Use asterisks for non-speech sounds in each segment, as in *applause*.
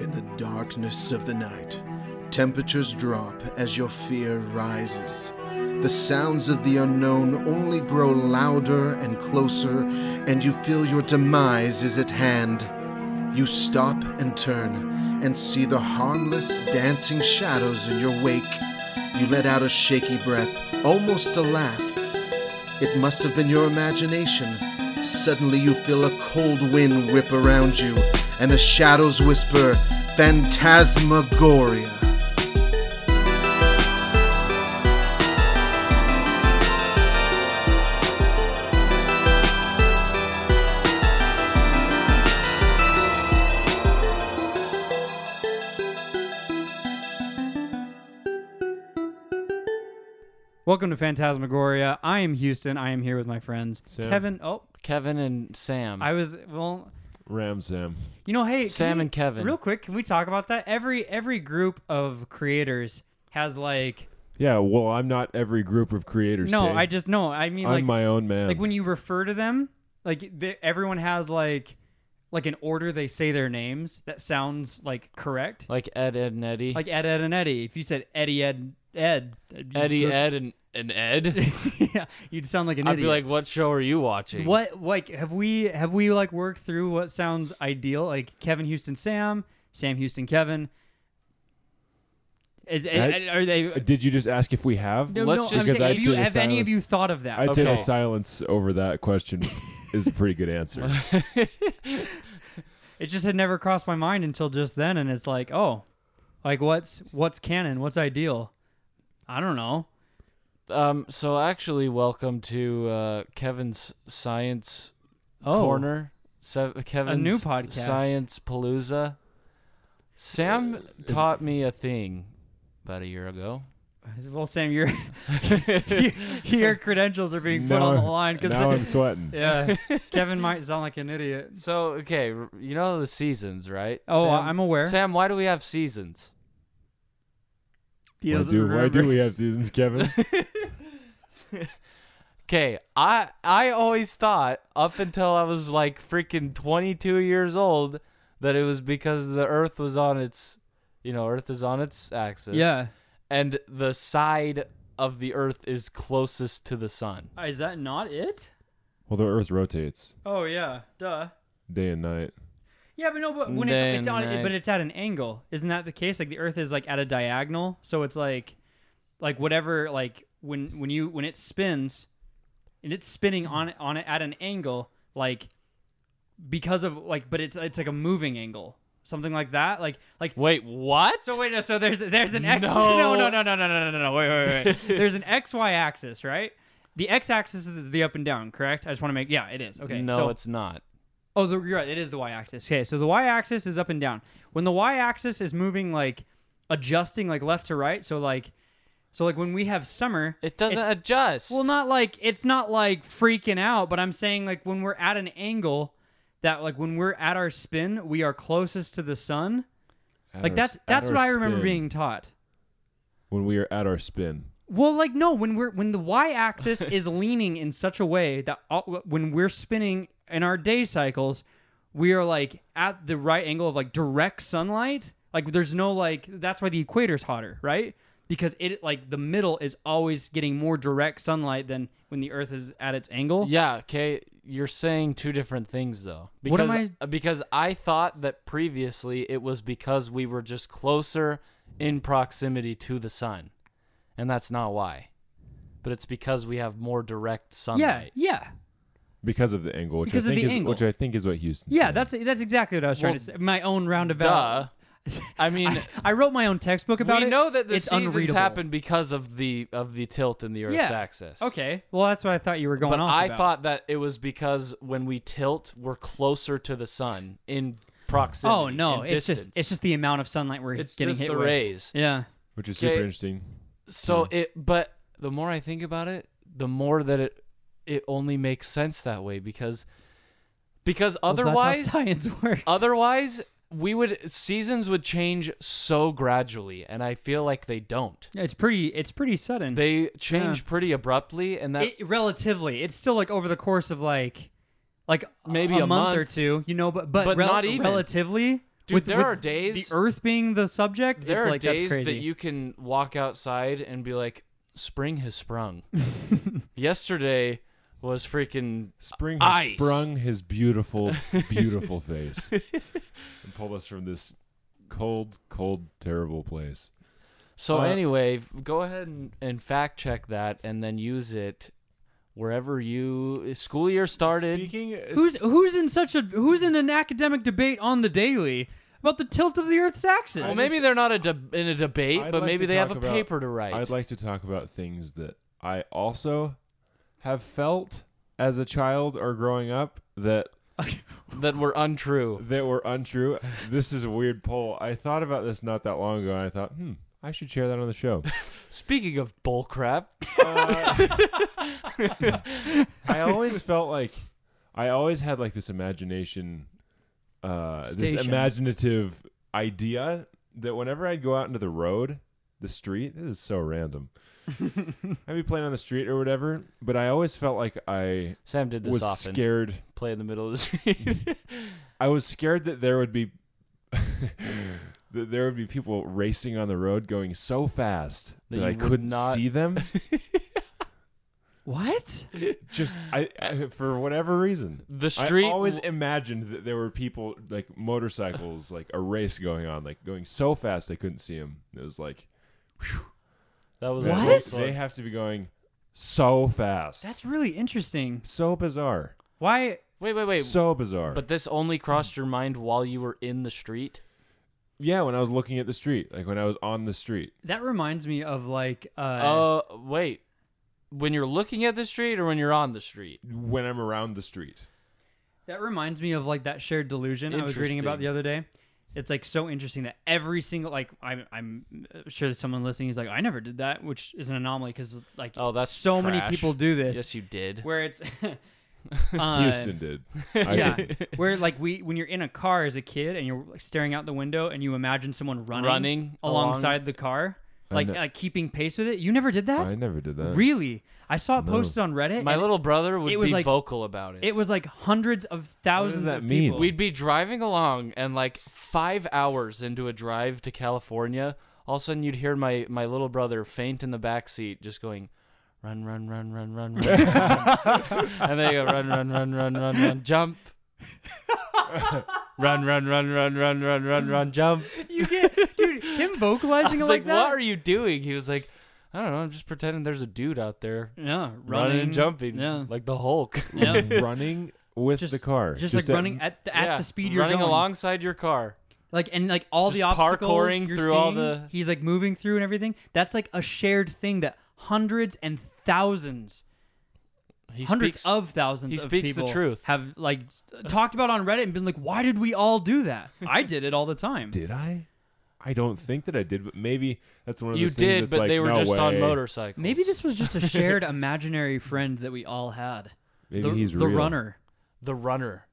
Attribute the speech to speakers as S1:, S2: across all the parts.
S1: In the darkness of the night, temperatures drop as your fear rises. The sounds of the unknown only grow louder and closer, and you feel your demise is at hand. You stop and turn and see the harmless, dancing shadows in your wake. You let out a shaky breath, almost a laugh. It must have been your imagination. Suddenly, you feel a cold wind whip around you, and the shadows whisper, Phantasmagoria.
S2: Welcome to Phantasmagoria. I am Houston. I am here with my friends
S3: Sam.
S2: Kevin. Oh,
S4: Kevin and Sam.
S2: I was well.
S3: Ramzam.
S2: You know, hey, can
S4: Sam
S2: we-
S4: and Kevin.
S2: Real quick, can we talk about that? Every every group of creators has like
S3: Yeah, well, I'm not every group of creators.
S2: no.
S3: Tay.
S2: I just no. I mean,
S3: I'm
S2: like
S3: my own man.
S2: like when you refer to them, like they, everyone has like like an order they say their names that sounds like correct.
S4: like Ed, Ed, and Eddie.
S2: Like Ed, Ed, and Eddie. If you said Eddie, Ed, Ed, you'd-
S4: Eddie, Ed, and, and *laughs* Ed.
S2: *laughs* yeah, you'd sound like an
S4: I'd
S2: idiot.
S4: be like, what show are you watching?
S2: What like have we have we like worked through what sounds ideal? Like Kevin Houston, Sam, Sam Houston, Kevin. Is,
S3: That-
S2: are they?
S3: Did you just ask if we have?
S2: No, no,
S4: Let's just-
S2: I'm
S3: Because
S2: saying,
S3: I'd
S2: have you,
S3: say the
S2: have any of
S3: silence.
S2: you thought of that?
S3: I'd say the
S4: Okay.
S3: silence over
S2: *laughs*
S3: that question is a pretty good answer.
S2: it just had never crossed my mind until just then, and it's like, oh, like what's what's canon? What's ideal? I don't know.
S4: Um, so actually, welcome to uh, Kevin's Science
S2: Oh,
S4: Corner. Se- Kevin's
S2: new podcast.
S4: Science Palooza. Sam taught me a thing about a year ago.
S2: well, Sam,
S3: *laughs*
S2: your *laughs* your, your credentials are being put
S3: Now-
S2: on the line *laughs*
S3: Now I'm
S2: because
S3: sweating.
S2: yeah, Kevin might sound like an idiot.
S4: So okay, r- you know the seasons, right?
S2: Oh,
S4: Sam?
S2: I'm aware.
S4: Sam, why do we have seasons?
S2: He
S3: Why
S2: doesn't
S3: do, why
S2: remember. *laughs*
S3: do we have seasons, Kevin?
S4: Okay, I I always thought up until I was like freaking 22 years old that it was because the earth was on its you know, earth is on its axis.
S2: Yeah.
S4: And the side of the earth is closest to the sun.
S2: Uh, Is that not it?
S3: well, the Earth rotates
S2: Oh yeah, duh.
S3: day and night.
S2: Yeah, but no, but when it's it's
S4: Then
S2: on,
S4: I-
S2: but it's at an angle. Isn't that the case? Like the Earth is like at a diagonal, so it's like, like whatever, like when when you when it spins, and it's spinning on on it at an angle, like because of like, but it's it's like a moving angle, something like that. Like like
S4: Wait, what?
S2: So wait, no, so there's there's an x.
S4: No.
S2: *laughs* no, no, no, no, no, no, no, no. Wait, wait, wait. there's an x y axis, right? The x axis is the up and down, correct? I just want to make yeah, it is. Okay,
S4: no,
S2: so,
S4: it's not.
S2: oh, the, you're right. It is the y axis. Okay, so the y axis is up and down. When the y axis is moving like adjusting like left to right, so like so like when we have summer,
S4: It doesn't
S2: it's-
S4: adjust.
S2: well, not like it's not like freaking out, but I'm saying like when we're at an angle that like when we're at our spin, we are closest to the sun.
S3: At
S2: Like
S3: our
S2: that's
S3: s- at
S2: that's
S3: our
S2: what I remember
S3: spin,
S2: being taught.
S3: when we are at our spin.
S2: Well, like no, when we're when the y-axis
S4: *laughs*
S2: is leaning in such a way that all, when we're spinning in our day cycles, we are like at the right angle of like direct sunlight. Like there's no like that's why the equator's hotter, right? Because it like the middle is always getting more direct sunlight than when the Earth is at its angle.
S4: Yeah, okay. You're saying two different things though.
S2: What
S4: Because
S2: am
S4: I... because I thought that previously it was because we were just closer in proximity to the sun. And that's not why. But it's because we have more direct
S2: yeah,
S4: sunlight.
S2: yeah,
S3: Because of the angle, which
S2: Because of
S3: I think
S2: the
S3: is
S2: angle.
S3: which I think is what Houston
S2: yeah.
S3: said.
S2: That's that's exactly what I was trying to say. My own
S4: Duh.
S2: roundabout.
S4: I
S2: *laughs*
S4: mean,
S2: I, I wrote my own textbook about
S4: we
S2: it.
S4: know that the
S2: it's
S4: seasons
S2: unreadable.
S4: happen because of the of the tilt in the Earth's
S2: Yeah.
S4: axis.
S2: Okay, well that's what I thought you were going
S4: But
S2: off
S4: I
S2: about.
S4: thought that it was because when we tilt, we're closer to the sun in proximity.
S2: Oh no,
S4: in
S2: it's just
S4: distance.
S2: it's just the amount of sunlight we're
S4: It's
S2: getting
S4: just
S2: hit
S4: the
S2: with.
S4: rays.
S2: Yeah. Hmm.
S3: which is super
S4: Okay.
S3: interesting.
S4: So it, but the more I think about it, the more that it, it only makes sense that way because, because otherwise,
S2: well, that's how science *laughs* works.
S4: otherwise we would seasons would change so gradually, and I feel like they don't.
S2: Yeah, it's pretty it's pretty sudden.
S4: They change pretty abruptly, and that
S2: it, relatively, it's still like over the course of like like
S4: Maybe
S2: a,
S4: a
S2: month, or
S4: month.
S2: two, you know, but but,
S4: But
S2: rel-
S4: not even.
S2: relatively
S4: Dude, there are days-
S2: the Earth being the subject.
S4: There
S2: it's
S4: are
S2: like that's
S4: days
S2: crazy.
S4: that you can walk outside and be like, "Spring
S2: *laughs*
S4: has sprung." Yesterday was freaking
S3: Spring has
S4: Ice.
S3: sprung his
S4: *laughs*
S3: beautiful, beautiful face and pulled us from this cold, cold, terrible place.
S4: So
S3: Uh,
S4: anyway, f- go ahead and, and fact check that, and then use it wherever you eh, school year started.
S3: Speaking,
S2: who's who's in such a who's in an academic debate on the daily about the tilt of the Earth's axis?
S4: well, maybe they're not a deb in a debate,
S3: I'd
S4: but
S3: like to
S4: maybe they have a
S3: talk about-
S4: paper to write.
S3: I'd like to talk about things that I also have felt as a child or growing up that
S4: that were untrue.
S3: that were untrue. This is a weird poll. I thought about this not that long ago, and I thought, hmm, I should share that on the show.
S4: Speaking of bullcrap,
S3: I always felt like I always had like this imagination, uh, this
S2: Station.
S3: imaginative idea that whenever I'd go out into the road, the street, this is so
S4: *laughs*
S3: random. I'd be playing on the street or whatever, but I always felt like I
S4: Sam did this
S3: was
S4: often.
S3: scared.
S4: Play in the middle
S3: *laughs*
S4: of the street.
S3: I was scared that there would be *laughs* that there would be people racing on the road going so fast
S4: That
S3: that,
S4: you
S3: I
S4: would
S3: couldn't
S4: not-
S3: see
S4: *laughs*
S3: them.
S2: what?
S3: Just I, I for whatever reason.
S4: the street.
S3: I always imagined that there were people like motorcycles, *laughs* like a race going on, like going so fast they couldn't see them. It was like
S4: that was
S3: man,
S2: What?
S3: They have to be going so fast.
S2: That's really interesting.
S3: so bizarre.
S2: Why?
S4: Wait, wait, wait.
S3: so bizarre.
S4: but this only crossed your mind while you were in the street.
S3: yeah, when I was looking at the street, like when I was on the street,
S2: That reminds me of like uh,
S4: Uh, wait. When you're looking at the street or when you're on the street?
S3: when I'm around the street.
S2: That reminds me of like that shared delusion I was reading about
S4: Interesting.
S2: the other day. It's like so interesting that every single like I'm I'm uh, sure that someone listening is like I never did that, which is an anomaly because like
S4: Oh, that's
S2: so many
S4: trash.
S2: people do this.
S4: Yes, you did.
S2: *laughs* where
S4: *laughs*
S2: it's uh, *laughs*
S3: Houston did. I
S2: yeah,
S3: did.
S2: where like we when you're in a car as a kid and you're like, staring out the window and you imagine someone running,
S4: Running along-
S2: alongside the car, like
S3: know.
S2: uh, keeping pace with it. You never did that,
S3: I never did that.
S2: really? I saw it posted on Reddit.
S4: My
S2: and
S4: little brother would
S2: it was
S4: be
S2: like-
S4: vocal about it.
S2: it was like hundreds of thousands
S3: that
S2: of
S3: mean?
S2: people.
S4: We'd be driving along, and like five hours into a drive to California, all of a sudden you'd hear my my little brother faint in the back seat, just going, "Run, run, run, run, run, run," *laughs* run." and they go, "Run, run, run, run, run, run, *laughs* jump." run, run, run, run, run, run, run, run, jump.
S2: You get, dude, *laughs* him
S4: I
S2: vocalizing
S4: was
S2: it
S4: like,
S2: like, that.
S4: what are you doing? He was like, I don't know. I'm just pretending there's a dude out there
S2: yeah, running,
S4: running, and jumping
S2: Yeah,
S4: like the Hulk.
S2: *laughs* yeah.
S3: running with
S2: Just-
S3: the car.
S2: just, like
S3: at-
S2: running at the, at
S4: Yeah,
S2: the speed you're
S4: running
S2: going.
S4: alongside your car.
S2: like and like all the
S4: Just
S2: obstacles
S4: parkouring
S2: you're
S4: through
S2: seeing,
S4: all the-
S2: he's like moving through and everything. That's like a shared thing that hundreds and thousands,
S4: He
S2: hundreds
S4: speaks,
S2: of thousands
S4: he
S2: of
S4: speaks the
S2: people
S4: truth.
S2: have like talked about on Reddit and been like, why did we all do
S4: *laughs*
S2: that? I did it all the time.
S3: Did I? I don't think that I did, but maybe that's one of
S4: You
S3: those things
S4: did,
S3: that's
S4: but
S3: like,
S4: they were
S3: no
S4: just on
S3: way.
S4: motorcycles.
S2: Maybe this was
S3: *laughs*
S2: just a shared imaginary friend that we all had.
S3: Maybe
S2: the,
S3: he's
S2: the
S3: real.
S2: runner.
S4: the runner.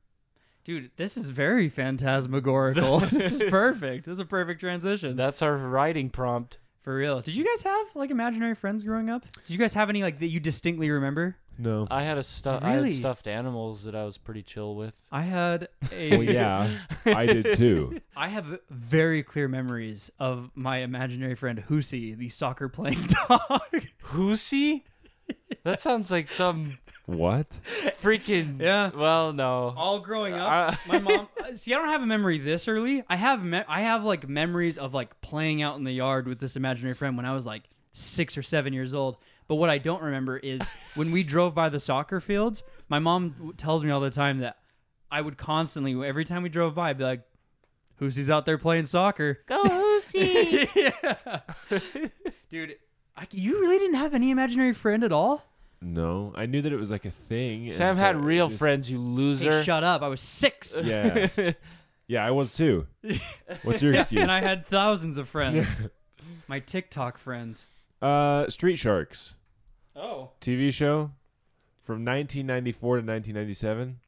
S2: Dude, this is very *laughs* phantasmagorical. this is perfect. This is a perfect transition.
S4: That's our writing prompt.
S2: For real. Did you guys have like imaginary friends growing up? Did you guys have any like that you distinctly remember?
S3: No.
S4: I had a stu- I
S2: Really?
S4: had stuffed animals that I was pretty chill with.
S2: I had a
S3: *laughs* well, yeah,
S2: *laughs*
S3: I did too.
S2: I have very clear memories of my imaginary friend Hoosie, the soccer playing *laughs* dog.
S4: Hoosie? *laughs* That sounds
S2: *laughs*
S4: like some
S3: What?
S4: freaking.
S2: Yeah.
S4: Well, no.
S2: All growing *laughs* up, my mom. uh, See, I don't have a memory this early. I have me- I have like memories of like playing out in the yard with this imaginary friend when I was like six or seven years old. But what I don't remember is when we drove by the soccer fields. My mom w- tells me all the time that I would constantly, every time we drove by, I'd be like, "Who's he's out there playing soccer?"
S4: Go Hoosie.
S2: yeah, dude. I, you really didn't have any imaginary friend at all?
S3: No, I knew that it was like a thing. and
S4: *laughs* Sam
S3: so
S4: had
S3: it
S4: real
S3: just-
S4: friends, you
S2: Hey,
S4: loser.
S2: shut up. I was six.
S3: *laughs* Yeah,
S2: *laughs*
S3: yeah, I was too. What's your excuse?
S2: and I had thousands of friends. My TikTok friends.
S3: uh, Street Sharks
S2: Oh.
S3: TV show from 1994 to 1997.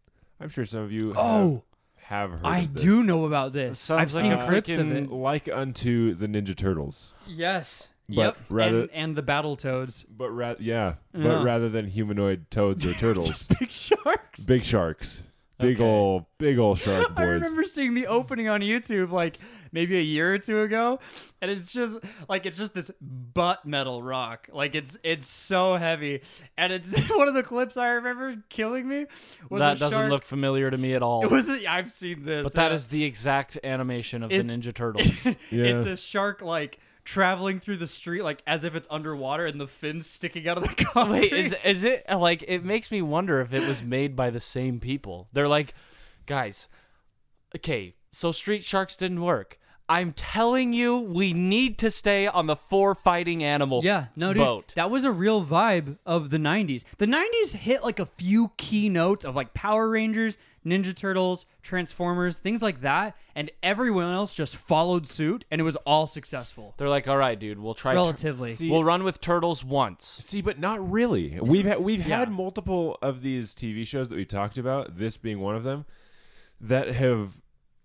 S3: I'm sure some of you.
S2: Oh,
S3: have, have heard.
S2: I
S3: of this.
S2: do know about
S4: That
S2: this. I've
S4: sounds like
S2: seen
S4: a
S2: clips of it.
S4: freaking-
S3: Like unto the Ninja Turtles,
S2: Yes.
S3: But
S2: yep.
S3: rather-
S2: and, and the battle *laughs* toads.
S3: but ra- yeah,
S2: Yeah. *laughs*
S3: but rather than humanoid toads or turtles,
S2: Big sharks.
S3: big sharks. Big
S4: Okay.
S3: ol' big ol'
S2: *laughs*
S3: shark
S2: I
S3: boys.
S2: remember seeing the opening on YouTube like maybe a year or two ago, and it's just like it's just this butt metal rock. Like it's it's so heavy, and it's *laughs* one of the clips I remember killing me. Was
S4: that
S2: a
S4: doesn't
S2: shark-
S4: look familiar to me at
S2: *laughs*
S4: all.
S2: It was. A, I've seen this,
S4: but that
S2: yeah.
S4: is the exact animation of the
S2: It's- *laughs*
S4: Ninja Turtle.
S2: It's
S3: Yeah.
S2: a shark like traveling through the street like as if it's underwater and the fins sticking out of the *laughs* concrete.
S4: Wait, is is it uh, like it makes me wonder if it was made by the same people? They're like, guys, okay, so Street Sharks didn't work. I'm telling you, we need to stay on the four fighting animal.
S2: Yeah, no, dude.
S4: boat.
S2: That was a real vibe of the '90s. The '90s hit like a few key notes of like Power Rangers, Ninja Turtles, Transformers, things like that, and everyone else just followed suit, and it was all successful.
S4: They're like, all right, dude, we'll try. tur-
S2: Relatively. See-
S4: we'll run with turtles once.
S3: See, but not really. We've had we've had multiple of these TV shows that we talked about, this being one of them, that have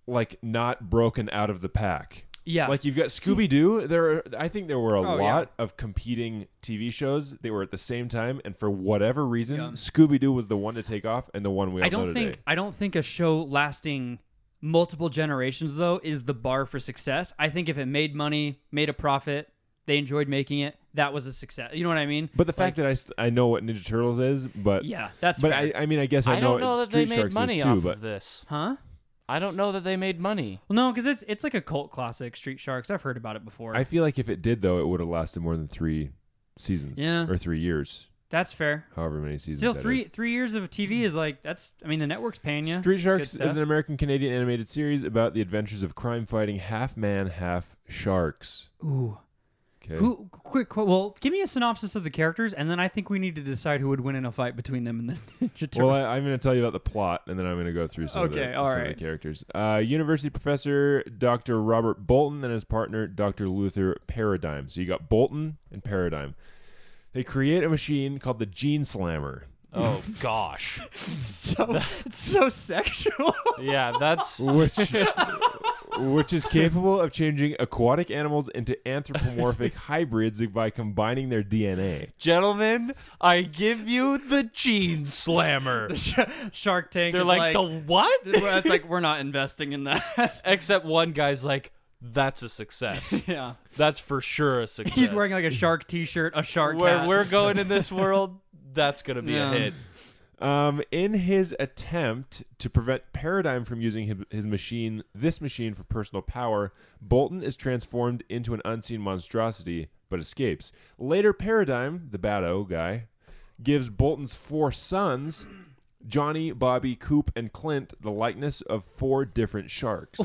S3: like not broken out of the pack.
S2: Yeah.
S3: Like you've got Scooby Doo. There, are, I think there were a
S2: Oh, yeah.
S3: lot of competing TV shows. They were at the same time, and for whatever reason, Scooby Doo was the one to take off and the one we all
S2: I don't
S3: know
S2: think
S3: today.
S2: I don't think a show lasting multiple generations though is the bar for success. I think if it made money, made a profit, they enjoyed making it, that was a success. You know what I mean?
S3: But the fact that I st- I know what Ninja Turtles is, but
S2: yeah, that's
S3: but
S2: fair.
S3: I, I mean I guess I,
S4: I don't know
S3: what
S4: that they
S3: Street
S4: made
S3: Sharks
S4: money
S3: is too,
S4: off
S3: but
S4: of this.
S2: huh?
S4: I don't know that they made
S3: *laughs*
S4: money.
S2: Well, no, because it's it's like a cult classic, Street Sharks. I've heard about it before.
S3: I feel like if it did though, it would have lasted more than three seasons,
S2: Yeah.
S3: or three years,
S2: That's fair.
S3: however many seasons.
S2: Still,
S3: that
S2: three
S3: is.
S2: three years of TV is like that's. I mean, the network's paying you.
S3: Street
S2: It's good
S3: Sharks is
S2: stuff.
S3: an American Canadian animated series about the adventures of crime-fighting half man, half sharks.
S2: Ooh.
S3: Okay.
S2: Who? Quick. qu- Well, give me a synopsis of the characters, and then I think we need to decide who would win in a fight between them and the *laughs* Ninja Turtles.
S3: Well, I, I'm going to tell you about the plot, and then I'm going to go through some, of,
S2: Okay,
S3: the,
S2: all
S3: some of the
S2: right.
S3: characters. Uh, university professor Dr. Robert Bolton and his partner Dr. Luther Paradigm. So you got Bolton and Paradigm. They create a machine called the Gene Slammer.
S4: Oh gosh.
S2: *laughs* so it's so sexual.
S4: Yeah, that's
S3: which which is capable of changing aquatic animals into anthropomorphic hybrids by combining their DNA.
S4: gentlemen. I give you the
S3: *laughs*
S4: Gene Slammer.
S2: *laughs* Shark Tank.
S4: They're
S2: is
S4: like, the what?
S2: Well, it's like we're not investing in *laughs* that.
S4: Except one guy's like, that's a success.
S2: *laughs* yeah.
S4: That's for sure a success.
S2: He's wearing like a shark T-shirt, a shark
S4: where
S2: hat.
S4: we're going in this world. That's gonna be
S2: Yeah.
S4: a hit.
S3: Um, in his attempt to prevent Paradigm from using his, his machine, this machine for personal power, Bolton is transformed into an unseen monstrosity but escapes. Later, Paradigm, the bad O guy, gives Bolton's four sons. Johnny, Bobby, Coop, and Clint, the likeness of four different sharks.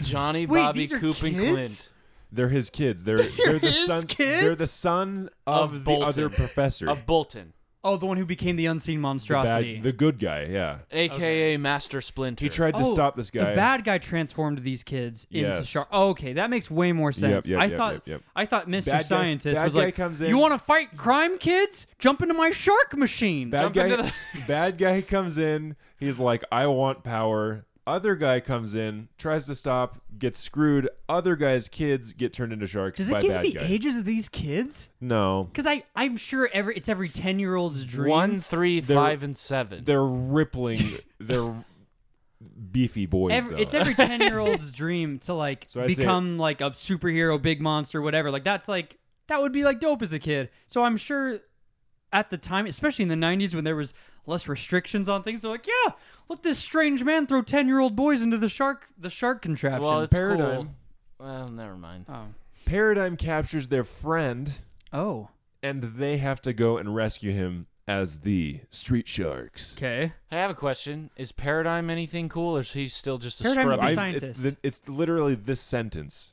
S4: Johnny,
S2: Wait,
S4: Bobby,
S2: these are
S4: Coop, and
S2: kids?
S4: Clint.
S3: They're his
S2: *laughs*
S3: kids. They're they're, the
S2: his
S3: son.
S2: kids?
S3: They're the son of,
S4: Of
S3: the
S4: Bolton.
S3: other professor,
S4: Of Bolton,
S2: oh, the one who became the unseen
S3: the, bad-
S2: monstrosity.
S3: the good guy. Yeah,
S4: aka Master Splinter.
S3: he tried to
S2: Oh,
S3: stop this guy.
S2: The bad guy transformed these kids into
S3: Yes.
S2: shark. Oh, okay, that makes way more sense.
S3: yep,
S2: I
S3: yep,
S2: thought
S3: yep, yep.
S2: I thought Mr.
S3: Bad guy-
S2: Scientist
S3: bad
S2: was
S3: guy
S2: like,
S3: comes in-
S2: "You want to fight crime, kids? Jump into my shark machine."
S3: Bad
S4: Jump
S3: guy.
S4: into the-
S3: *laughs* bad guy comes in. He's like, I want power. Other guy comes in, tries to stop, gets screwed. Other guy's kids get turned into sharks
S2: Does
S3: by
S2: it give
S3: bad
S2: the
S3: guy.
S2: ages of these kids?
S3: No,
S2: Because I I'm sure every it's every ten year old's dream.
S4: One, three,
S3: They're-
S4: five, and seven.
S2: *laughs*
S3: they're rippling. they're beefy boys.
S2: Every,
S3: though.
S2: it's every ten year old's *laughs* dream to like
S3: So I'd say-
S2: become like a superhero, big monster, whatever. Like that's like that would be like dope as a kid. So I'm sure at the time, especially in the '90s when there was less restrictions on things, they're like, yeah, let this strange man throw ten year old boys into the shark, the shark contraption.
S4: well, it's
S3: Paradigm.
S4: cool. Well, never mind.
S2: oh,
S3: Paradigm captures their friend.
S2: oh,
S3: and they have to go and rescue him as the street sharks.
S2: okay.
S4: I have a question. Is Paradigm anything cool, or is he still just a
S2: Paradigm's
S4: scrub?
S2: the
S3: I-
S2: scientist.
S3: It's, the- it's literally this sentence.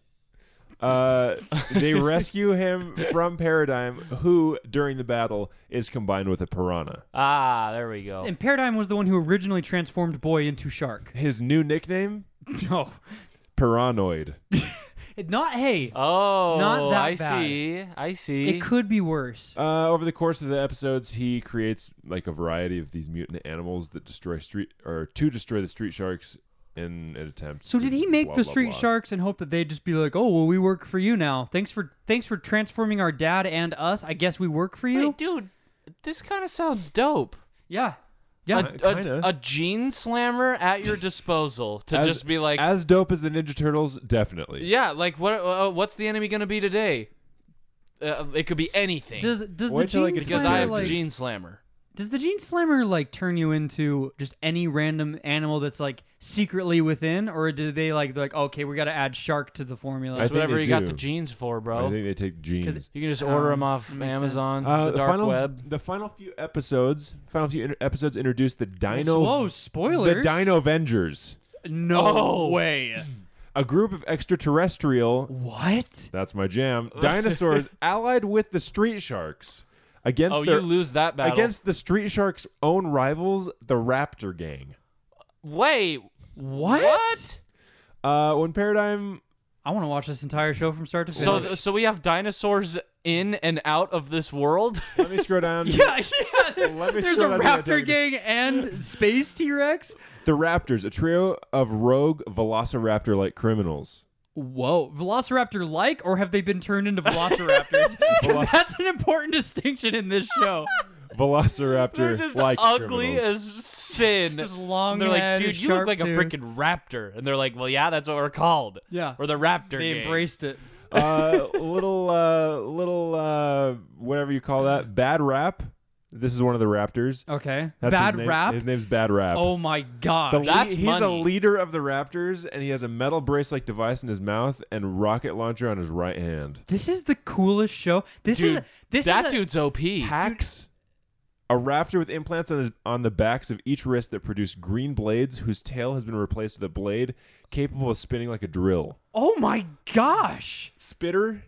S3: Uh,
S4: *laughs*
S3: they rescue him from Paradigm, who during the battle is combined with a piranha.
S4: ah, there we go.
S2: And Paradigm was the one who originally transformed boy into shark.
S3: His new nickname,
S2: *laughs* No,
S4: *laughs*
S3: Paranoid.
S2: not hey.
S4: Oh,
S2: Not that
S4: I
S2: bad.
S4: see. I see.
S2: it could be worse.
S3: Uh, over the course of the episodes, he creates like a variety of these mutant animals that destroy street or to destroy the street sharks in an attempt.
S2: So
S3: to
S2: did he make
S3: blah,
S2: the
S3: blah,
S2: street
S3: blah.
S2: sharks and hope that they'd just be like, "Oh, well, we work for you now. Thanks for thanks for transforming our dad and us. I guess we work for you."
S4: Wait, dude, this kind of sounds dope.
S2: yeah. Yeah.
S3: Ki- Uh, kinda.
S4: a, a gene slammer at your disposal to
S3: As-
S4: just be like,
S3: as dope as the Ninja Turtles, definitely.
S4: yeah, like what? Uh, what's the enemy gonna be today? Uh, it could be anything.
S2: Does does the
S3: Wait till I
S2: gene
S3: get to
S4: because
S2: slammer
S4: I have
S2: like,
S4: the gene slammer.
S2: does the gene slammer like turn you into just any random animal that's like secretly within, or do they like they're like okay we got to add shark to the formula?
S3: I
S4: That's
S3: think
S4: whatever
S3: they
S4: you got the
S3: do.
S4: genes for,
S3: I
S4: bro.
S3: think they take genes.
S4: You can just order
S2: Um,
S4: them off
S2: that makes sense.
S4: Amazon,
S3: Uh,
S4: the dark
S3: final,
S4: web.
S3: The final few episodes, final few inter- episodes introduced the Dino,
S2: Whoa, spoilers!
S3: the Dino Oh. Avengers,
S2: No way.
S3: a group of extraterrestrial.
S2: What?
S3: That's my
S4: *laughs*
S3: jam. Dinosaurs allied with the Street Sharks against
S4: Oh,
S3: their
S4: you lose that battle.
S3: against the Street Sharks' own rivals, the Raptor Gang.
S4: Wait,
S2: What?
S4: what?
S3: Uh, when Paradigm
S2: I want to watch this entire show from start to finish.
S4: So, so we have dinosaurs in and out of this world. *laughs*
S3: Let me scroll
S2: *laughs*
S3: down.
S2: yeah, yeah. There's,
S3: Let me
S2: there's a
S3: scroll down to the
S2: raptor
S3: antagonist.
S2: gang and space T Rex.
S3: The Raptors, a trio of rogue velociraptor like criminals.
S2: Whoa, Velociraptor like, or have they been turned into
S4: *laughs*
S2: Velociraptors? 'Cause that's an important distinction in this show.
S4: They're
S3: Velociraptor
S4: just
S3: like
S4: ugly
S3: criminals.
S4: as sin.
S2: Just long
S4: they're like,
S2: head,
S4: dude, you look
S2: sharp
S4: like
S2: tooth."
S4: a freaking raptor, and they're like, well, yeah, that's what we're called.
S2: Yeah.
S4: we're the raptor.
S2: They
S4: gang.
S2: embraced it.
S3: uh, little uh, little uh, whatever you call that bad rap. This is one of the Raptors.
S2: Okay.
S3: That's
S2: Bad
S3: his name.
S2: rap.
S3: His name's Bad Rap.
S2: Oh my
S3: The
S2: gosh.
S3: lea-
S4: that's
S3: he's the
S4: money.
S3: leader of the Raptors, and he has a metal brace-like device in his mouth and rocket launcher on his right hand.
S2: this is the coolest show. This is
S4: Dude,
S2: this
S4: that
S2: is a-
S4: dude's OP.
S3: Hacks, a raptor with implants on, his, on the backs of each wrist that produce green blades, whose tail has been replaced with a blade capable of spinning like a drill.
S2: Oh my gosh.
S3: Spitter,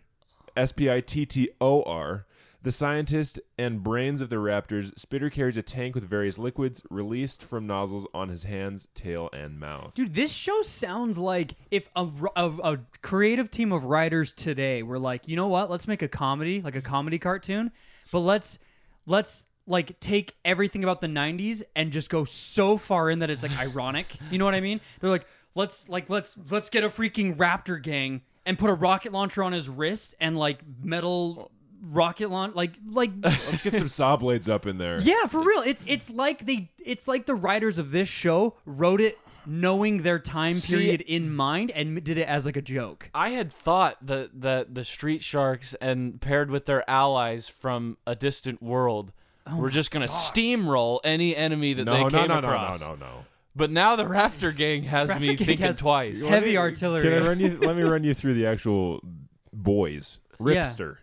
S3: S P I T T O R, the scientist and brains of the raptors, Spitter carries a tank with various liquids released from nozzles on his hands, tail, and mouth.
S2: Dude, this show sounds like if a, r- a- a creative team of writers today were like, you know what? Let's make a comedy, like a comedy cartoon, but let's let's like take everything about the '90s and just go so far in that it's like ironic. You know what I mean? They're like, let's like let's let's get a freaking raptor gang and put a rocket launcher on his wrist and like metal rocket launch like like
S3: *laughs* Let's get some saw blades up in there.
S2: yeah, for real. It's it's like they it's like the writers of this show wrote it knowing their time
S4: See-
S2: period in mind and did it as like a joke.
S4: I had thought that the, the street sharks and paired with their allies from a distant world
S2: Oh
S4: were just gonna steamroll any enemy that
S3: No,
S4: they
S3: no,
S4: came
S3: no, no,
S4: across.
S3: no, no, no.
S4: But now the raptor gang has
S2: Raptor
S4: me
S2: gang
S4: thinking
S2: has-
S4: twice.
S2: Heavy
S3: Let me-
S2: artillery.
S3: Can I run you? Let me run you through the actual
S4: *laughs*
S3: boys.
S2: Yeah.
S3: Ripster.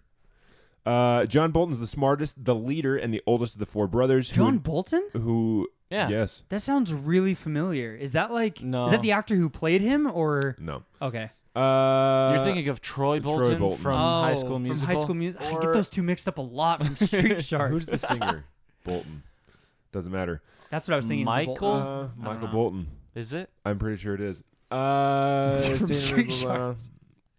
S3: Uh, John Bolton's the smartest, the leader, and the oldest of the four brothers.
S2: John Bolton?
S3: who, who
S4: Yeah.
S3: yes,
S2: That sounds really familiar. Is that like
S4: No.
S2: is that the actor who played him or
S3: no.
S2: okay.
S3: Uh,
S4: You're thinking of Troy Bolton,
S3: Bolton.
S4: from
S2: oh,
S4: High School Musical.
S2: From High School Music. I
S3: Or-
S2: get those two mixed up a lot *laughs* from Street
S3: who's
S2: Sharks.
S4: *laughs*
S3: the singer? Bolton. Doesn't matter.
S2: That's what I was thinking.
S4: Michael?
S2: Bolton.
S3: Uh, Michael
S4: know.
S3: Bolton.
S4: Is it?
S3: I'm pretty sure it is.
S4: *laughs*
S3: Uh,
S2: From
S3: Stan
S2: Street
S3: Riddle, uh,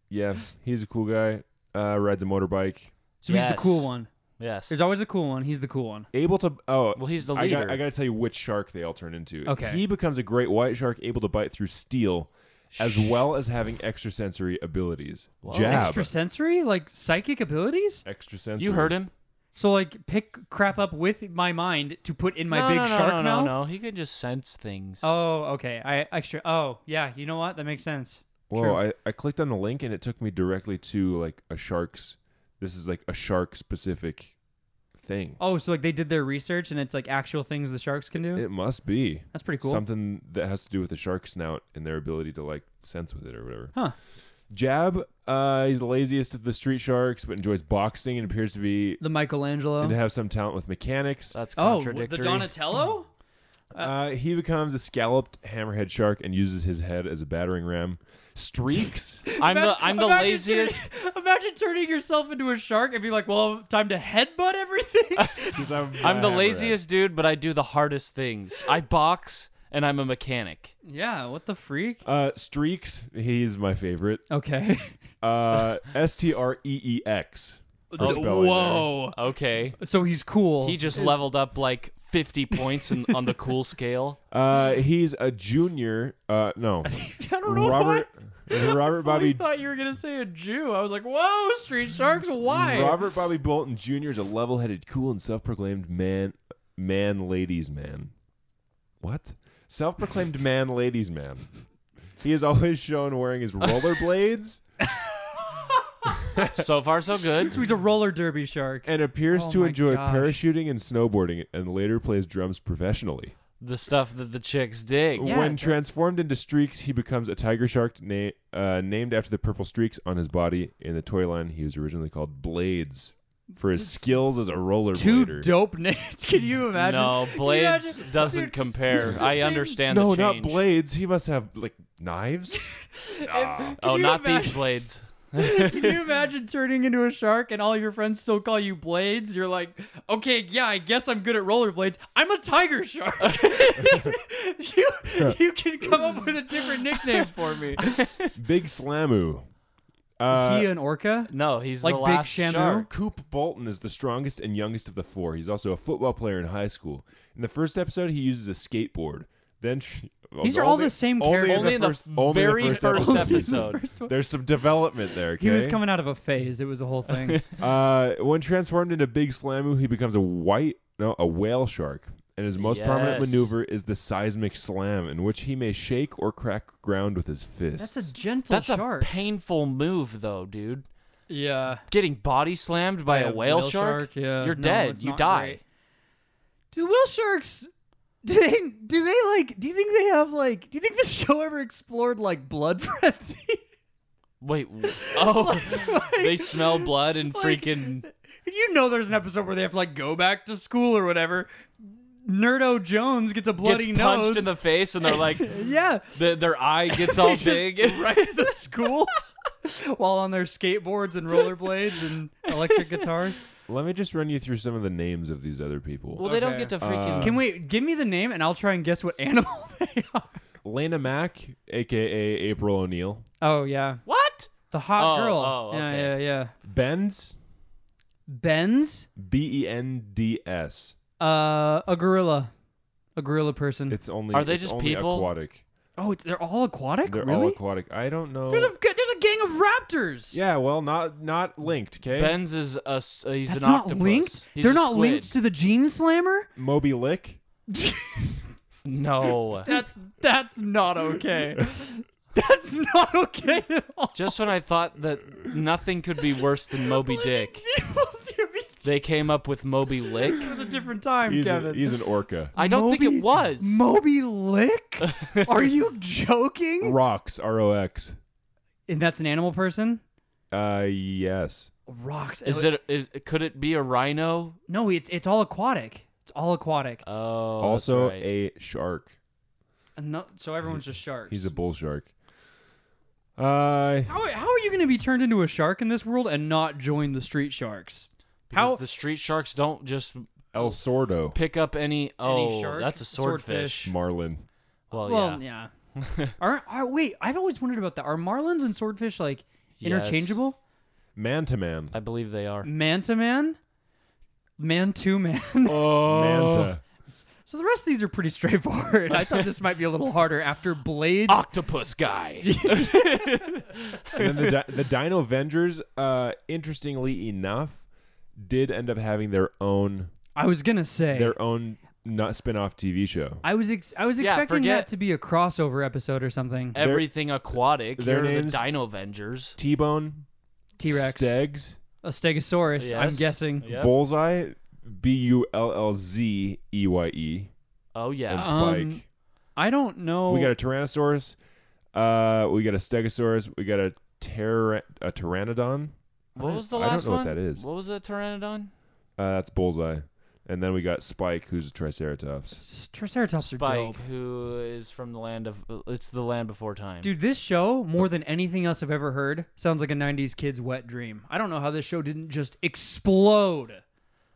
S3: Yeah, he's a cool guy. Uh, rides a motorbike.
S2: So he's the cool
S4: Yes.
S2: one.
S4: Yes.
S2: There's always a cool one. He's the cool one.
S3: Able to oh
S4: well, he's the
S3: I
S4: leader.
S3: got, I got to tell you which shark they all turn into.
S2: Okay.
S3: He becomes a great white shark able to bite through steel, as well as having extrasensory abilities. Jab.
S2: Extrasensory? Like psychic abilities?
S3: extrasensory.
S4: you heard him.
S2: So like pick crap up with my mind to put in my
S4: no,
S2: big
S4: no, no,
S2: shark
S4: no,
S2: mouth.
S4: No, no, he can just sense things.
S2: Oh, okay. I extra. Oh, yeah. You know what? That makes sense. True.
S3: Whoa! I, I clicked on the link and it took me directly to like a shark's. This is like a shark specific thing.
S2: Oh, so like they did their research and it's like actual things the sharks can do.
S3: It must be
S2: That's pretty cool.
S3: something that has to do with the shark snout and their ability to like sense with it or whatever.
S2: Huh.
S3: Jab. Uh, he's the laziest of the street sharks, but enjoys boxing and appears to be
S2: The Michelangelo.
S3: and to have some talent with mechanics.
S4: That's
S2: oh,
S4: contradictory.
S2: the Donatello.
S3: Uh, he becomes a scalloped hammerhead shark and uses his head as a battering ram. Streaks.
S4: I'm the
S2: Imagine-
S4: I'm the
S2: imagine
S4: laziest.
S2: turning- *laughs* imagine turning yourself into a shark and be like, "Well, time to headbutt everything." *laughs*
S4: *laughs*
S3: 'Cause I'm,
S4: I'm the
S3: a hammerhead.
S4: laziest dude, but I do the hardest things. I box and I'm a mechanic.
S2: yeah. What the freak?
S3: Uh, Streaks. He's my favorite.
S2: Okay.
S3: Uh, S T R E E X. for spelling
S2: Oh, Whoa.
S4: Okay.
S2: So he's cool. *laughs*
S4: He just leveled up like 50 points in, on the cool scale.
S3: there. Uh, he's a junior. Uh, no.
S2: I don't know
S3: Robert.
S2: why. *laughs*
S3: Robert
S2: I
S3: Bobby.
S2: thought you were gonna say a Jew. I was like, "Whoa, street sharks! Why?"
S3: Robert Bobby Bolton Jr. is a level-headed, cool, and self-proclaimed man, man, ladies man. What? Self
S2: *laughs*
S3: proclaimed man, ladies man. He is always shown wearing his rollerblades
S4: So far, so good.
S2: So *laughs* he's a roller derby shark.
S3: and appears
S2: Oh
S3: to
S2: my
S3: enjoy
S2: gosh.
S3: parachuting and snowboarding and later plays drums professionally.
S4: The stuff that the chicks dig.
S2: Yeah,
S3: when
S2: that-
S3: transformed into streaks, he becomes a tiger shark na- uh, named after the purple streaks on his body. In the toy line, he was originally called Blades for his skills as a roller
S2: Two
S3: blader.
S2: dope names. *laughs* Can you imagine?
S4: No,
S2: Can you
S4: Blades
S2: imagine-
S4: *laughs* doesn't
S2: Dude,
S4: compare. I
S2: same-
S4: understand
S3: no,
S4: the
S3: not
S4: change.
S3: blades. He must have like
S4: *laughs*
S3: knives.
S2: can
S4: Oh,
S2: you
S4: not these
S2: imagine-
S4: blades.
S2: Can
S4: *laughs*
S2: you imagine turning into a shark and all your friends still call you Blades? You're like, okay, yeah, I guess I'm good at rollerblades. I'm a tiger
S4: *laughs*
S2: shark. *laughs* you, you can come up with a different nickname for
S4: *laughs*
S2: me.
S3: Big Slamu. Uh,
S2: Is he an orca?
S4: No, he's
S2: Like
S4: the
S2: Big
S4: last
S2: Shamu?
S4: shark.
S3: Coop Bolton is the strongest and youngest of the four. He's also a football player in high school. In the first episode, he uses a skateboard. Then tr-
S2: These are all the same character.
S4: Only in the
S3: first- only in the
S4: very first episode.
S3: *laughs* There's some development there.
S2: He was
S3: okay?
S2: coming out of a phase. It was a whole
S4: *laughs*
S2: thing.
S3: Uh, when transformed into Big Slamu, he becomes a white, no, a whale shark, and his most prominent
S4: Yes.
S3: maneuver is the seismic slam, in which he may shake or crack ground with his fists.
S2: That's a gentle
S4: That's
S2: shark.
S4: a painful move, though, dude.
S2: yeah.
S4: Getting body slammed by a whale, shark.
S2: yeah.
S4: You're
S2: No,
S4: dead.
S2: it's
S4: You
S2: not
S4: die.
S2: great. Do whale sharks? *laughs* Do they? Do they like? Do you think they have like? Do you think the show ever explored like blood *laughs* frenzy? *laughs*
S4: Wait. w- Oh,
S2: Like-
S4: they smell blood and
S2: like-
S4: freaking.
S2: You know, there's an episode where they have to like go back to school or whatever. Nerdo Jones gets a bloody
S4: gets
S2: nose.
S4: punched in the face and they're like
S2: *laughs* yeah.
S4: the, their
S2: *laughs*
S4: eye gets all
S2: Just
S4: big
S2: right at the school *laughs* while on their skateboards and rollerblades and electric
S4: *laughs*
S2: guitars.
S3: Let me just run you through some of the names of these other people.
S4: well they don't
S2: Okay.
S4: get to freaking
S2: Can we give me the name and I'll try and guess what animal *laughs* they are?
S3: Lena Mack, aka April O'Neil,
S2: Oh yeah,
S4: what
S2: the hot
S4: Oh,
S2: girl.
S4: oh,
S2: Yeah, yeah,
S4: okay.
S2: yeah.
S3: Benz,
S2: Ben's
S3: B E N D S.
S2: uh, a gorilla, a gorilla person.
S3: It's only
S4: Are they
S3: it's
S4: just
S3: only
S4: people?
S3: Aquatic.
S2: oh, it's, they're all aquatic.
S3: They're
S2: really?
S3: all aquatic. I don't know.
S2: there's a there's a gang of raptors.
S3: yeah, well, not not linked. Okay,
S4: Ben's is a s- uh, he's
S2: That's
S4: an
S2: not
S4: octopus
S2: linked.
S4: He's
S2: They're
S4: a
S2: not
S4: squid.
S2: linked to the Gene Slammer. *laughs*
S3: Moby Lick.
S4: *laughs* no
S2: That's that's not
S4: *laughs*
S2: okay. That's not okay at all.
S4: just when I thought that nothing could be worse
S2: *laughs*
S4: than Moby Dick they came up with Moby Lick
S2: It was a different time,
S3: He's, a,
S2: Kevin.
S3: he's an orca.
S4: I don't think
S2: Moby-
S4: it was
S2: Moby
S4: *laughs*
S2: Lick? Are you joking?
S3: Rocks. R O X.
S2: And that's an animal person.
S3: Uh, yes.
S2: Rocks. Uh,
S4: is it is, could it be a rhino
S2: No, it's it's all aquatic. It's all aquatic.
S4: oh
S3: also
S4: that's right.
S3: a shark.
S2: No, so everyone's just sharks.
S3: He's a bull shark. Uh,
S2: how, how are you going to be turned into a shark in this world and not join the street sharks?
S4: Because
S2: how-
S4: the street sharks don't just
S3: El Sordo,
S4: pick up any oh
S2: shark?
S4: that's a swordfish,
S2: Swordfish.
S3: marlin.
S4: well, yeah.
S2: well, yeah. *laughs* are, are wait? I've always wondered about that. Are marlins and swordfish like interchangeable?
S3: Man to man.
S4: I believe they are.
S2: Man to man, man to
S4: *laughs*
S2: man.
S4: Oh.
S3: Manta.
S2: so the rest of these are pretty straightforward. I thought this might be a little harder after Blade.
S4: Ah. Octopus guy.
S3: and then the, di- the Dino Avengers, uh, interestingly enough, did end up having their own
S2: I was gonna say.
S3: their own not spin-off TV show.
S2: I was ex- I was
S4: Yeah,
S2: expecting that
S4: forget-
S2: to be a crossover episode or something.
S4: Everything aquatic.
S3: their
S4: They're
S3: names-
S4: the Dino Avengers.
S3: T-Bone,
S2: T Rex,
S3: Stegs,
S2: a Stegosaurus. I'm
S4: Yes.
S2: guessing.
S4: Yep.
S3: Bullseye, B U L L Z E Y E,
S4: Oh yeah.
S3: and
S2: Uh,
S3: Spike.
S2: Um, oh. I don't know.
S3: We got a Tyrannosaurus. Uh, we got a Stegosaurus. We got a Tyra- a Pteranodon.
S4: what was the
S3: I don't
S4: last
S3: know what
S4: one?
S3: that is.
S4: What was the pteranodon?
S3: Uh, that's Bullseye. And then we got Spike, who's a Triceratops.
S2: S- Triceratops are
S4: Spike,
S2: dope.
S4: who is from the land of uh, it's the land before time.
S2: Dude, this show, more than anything else I've ever heard, sounds like a 90s kid's wet dream. I don't know how this show didn't just explode.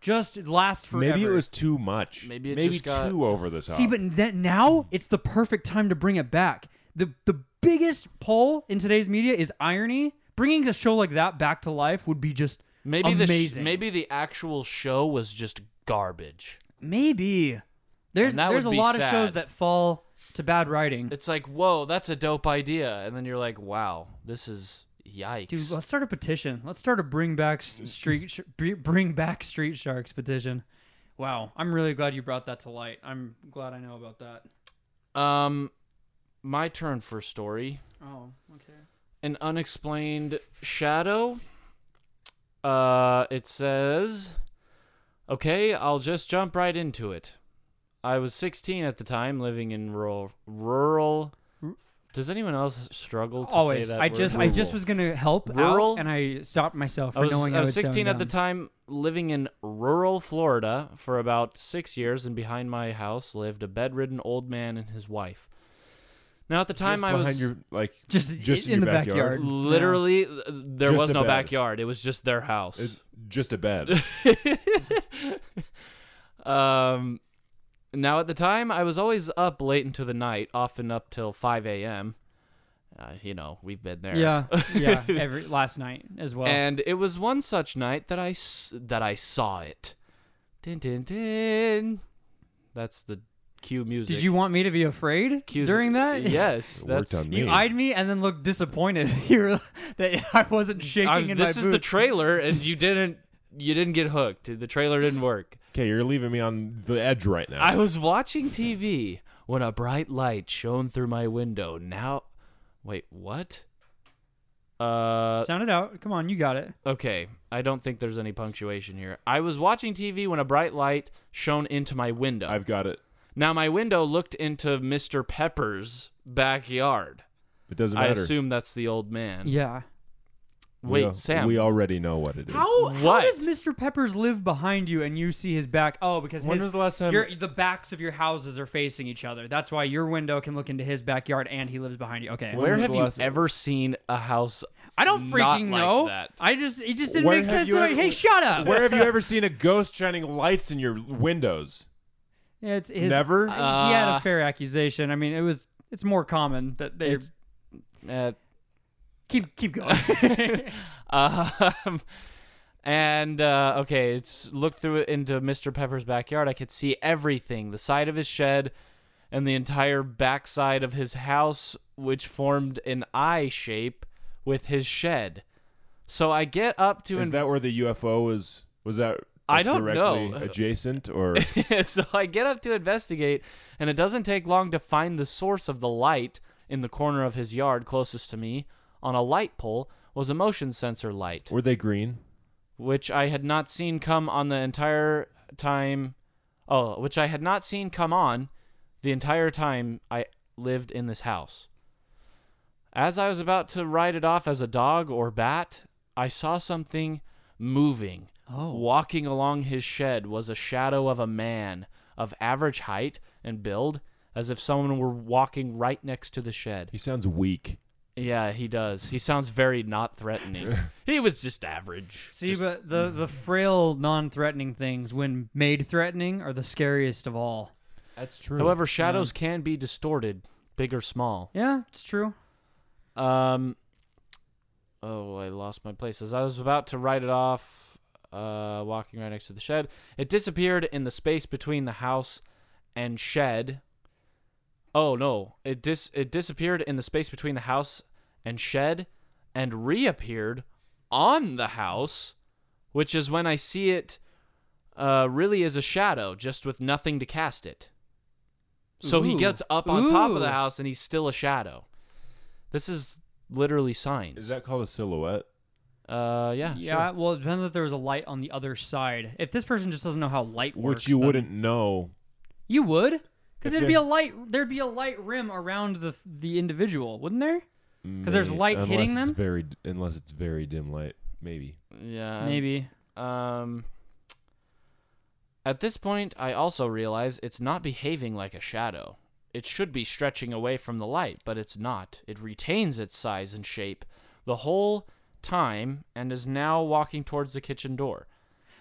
S2: Just last forever.
S3: Maybe it was too much.
S4: Maybe it
S3: Maybe
S4: just
S3: too
S4: got-
S3: over the top.
S2: See, but that now it's the perfect time to bring it back. The the biggest pull in today's media is irony. Bringing a show like that back to life would be just
S4: Maybe the sh-
S2: amazing.
S4: maybe the actual show was just garbage.
S2: maybe there's
S4: And that
S2: there's a
S4: would be
S2: lot of
S4: sad.
S2: shows that fall to bad writing.
S4: It's like, whoa, that's a dope idea, and then you're like, wow, this is yikes.
S2: Dude, let's Mm. start a petition. Let's start a bring back s- street sh- br- bring back street sharks petition. Wow, I'm really glad you brought that to light. I'm glad I know about that.
S4: Um, my turn for story.
S2: Oh, okay.
S4: An unexplained shadow. Uh, it says, "Okay, I'll just jump right into it." I was 16 at the time, living in rural. Rural. Does anyone else struggle to
S2: Always.
S4: say that?
S2: I
S4: word?
S2: just I just was gonna help
S4: Rural?
S2: out, and I stopped myself
S4: I
S2: from
S4: was,
S2: knowing
S4: I was
S2: would sound
S4: 16 at the
S2: dumb.
S4: time, living in rural Florida for about six years, and behind my house lived a bedridden old man and his wife. Now, at the time,
S3: Just
S4: I
S3: behind
S4: was
S3: your like
S2: *laughs* Just,
S3: Just
S2: in,
S3: in
S2: the
S3: your backyard?
S2: backyard.
S4: literally th- there
S3: Just
S4: was
S3: a
S4: no
S3: bed.
S4: backyard. It was just their house.
S3: it's just a *laughs* bed.
S4: um, now at the time, I was always up late into the night, often up till 5 a.m. Uh, you know, we've been there.
S2: Yeah, yeah.
S4: *laughs*
S2: yeah, Every last night as well.
S4: And it was one such night that I s- that I saw it. Din din din. That's the cue music.
S2: Did you want me to be afraid
S4: Cues-
S2: during that?
S4: *laughs* Yes,
S3: It worked
S4: that's.
S3: on me.
S2: You *laughs* eyed me and then looked disappointed *laughs* here that I wasn't shaking
S4: I'm-
S2: in
S4: this
S2: my
S4: is
S2: boots.
S4: the trailer, and you didn't you didn't get hooked. The trailer didn't work.
S3: Okay, you're leaving me on the edge right now.
S4: I was watching TV when a bright light shone through my window. Now, wait, what? Uh,
S2: Sound it out. Come on, you got it.
S4: okay. I don't think there's any punctuation here. I was watching TV when a bright light shone into my window.
S3: I've got it.
S4: Now my window looked into Mr. Pepper's backyard.
S3: It doesn't
S4: I
S3: matter.
S4: assume that's the old man.
S2: Yeah.
S3: We
S4: Wait,
S3: al-
S4: Sam.
S3: We already know what it is.
S2: How, how
S4: What?
S2: does Mr. Peppers live behind you and you see his back? Oh, because
S3: When
S2: his,
S3: was the last time-
S2: your, the backs of your houses are facing each other? That's why your window can look into his backyard and he lives behind you. Okay,
S3: When-
S4: Where
S3: was
S4: have
S3: the
S4: you
S3: last-
S4: ever seen a house?
S2: I don't
S4: not
S2: freaking
S4: like
S2: know.
S4: that?
S2: I just it just didn't
S3: Where
S2: make
S3: have
S2: sense.
S3: you
S2: to me.
S3: ever-
S2: hey, shut up.
S3: Where have
S2: *laughs*
S3: you ever seen a ghost shining lights in your windows?
S2: Yeah, it's his,
S3: Never?
S2: He had
S4: Uh,
S2: a fair accusation. I mean, it was it's more common that they
S4: It's- Uh,
S2: keep keep *laughs* going.
S4: *laughs* um, and uh, okay, it's looked through it into Mr. Pepper's backyard. I could see everything: the side of his shed, and the entire backside of his house, which formed an I shape with his shed. So I get up to
S3: Is
S4: and
S3: that where the UFO was? Was that
S4: I
S3: like,
S4: don't
S3: directly
S4: know.
S2: *laughs*
S3: adjacent or
S4: *laughs* so I get up to investigate, and it doesn't take long to find the source of the light in the corner of his yard closest to me on a light pole was a motion sensor light,
S3: were they green?
S4: which I had not seen come on the entire time. Oh, which I had not seen come on the entire time I lived in this house. As I was about to ride it off as a dog or bat, I saw something moving. Walking along his shed was a shadow of a man of average height and build, as if someone were walking right next to the shed.
S3: He sounds weak.
S4: Yeah, he does. He sounds very not threatening. he was just average.
S2: See, but the the frail, non-threatening things, when made threatening, are the scariest of all.
S3: That's true.
S4: However, shadows can be distorted, big or small.
S2: Yeah, it's true.
S4: Um. Oh, I lost my place. As I was about to write it off, uh, walking right next to the shed, it disappeared in the space between the house and shed. Oh no! It dis it disappeared in the space between the house and shed, and reappeared on the house, which is when I see it. Uh, really is a shadow, just with nothing to cast it. So he
S2: Ooh.
S4: gets up on top of
S2: Ooh.
S4: the house, and he's still a shadow. This is literally signs.
S3: is that called a silhouette?
S4: Uh, yeah.
S2: Yeah,
S4: sure.
S2: well, it depends if there was a light on the other side. If this person just doesn't know how light works,
S3: Which you
S2: then-
S3: wouldn't know.
S2: You would, because
S3: If
S2: there'd
S3: there-
S2: be a light. There'd be a light rim around the the individual, wouldn't there?
S3: Because
S2: there's light
S3: unless
S2: hitting
S3: it's
S2: them?
S3: Very, unless it's very dim light, maybe.
S4: Yeah.
S2: Maybe.
S4: Um. At this point, I also realize it's not behaving like a shadow. It should be stretching away from the light, but it's not. It retains its size and shape the whole time and is now walking towards the kitchen door.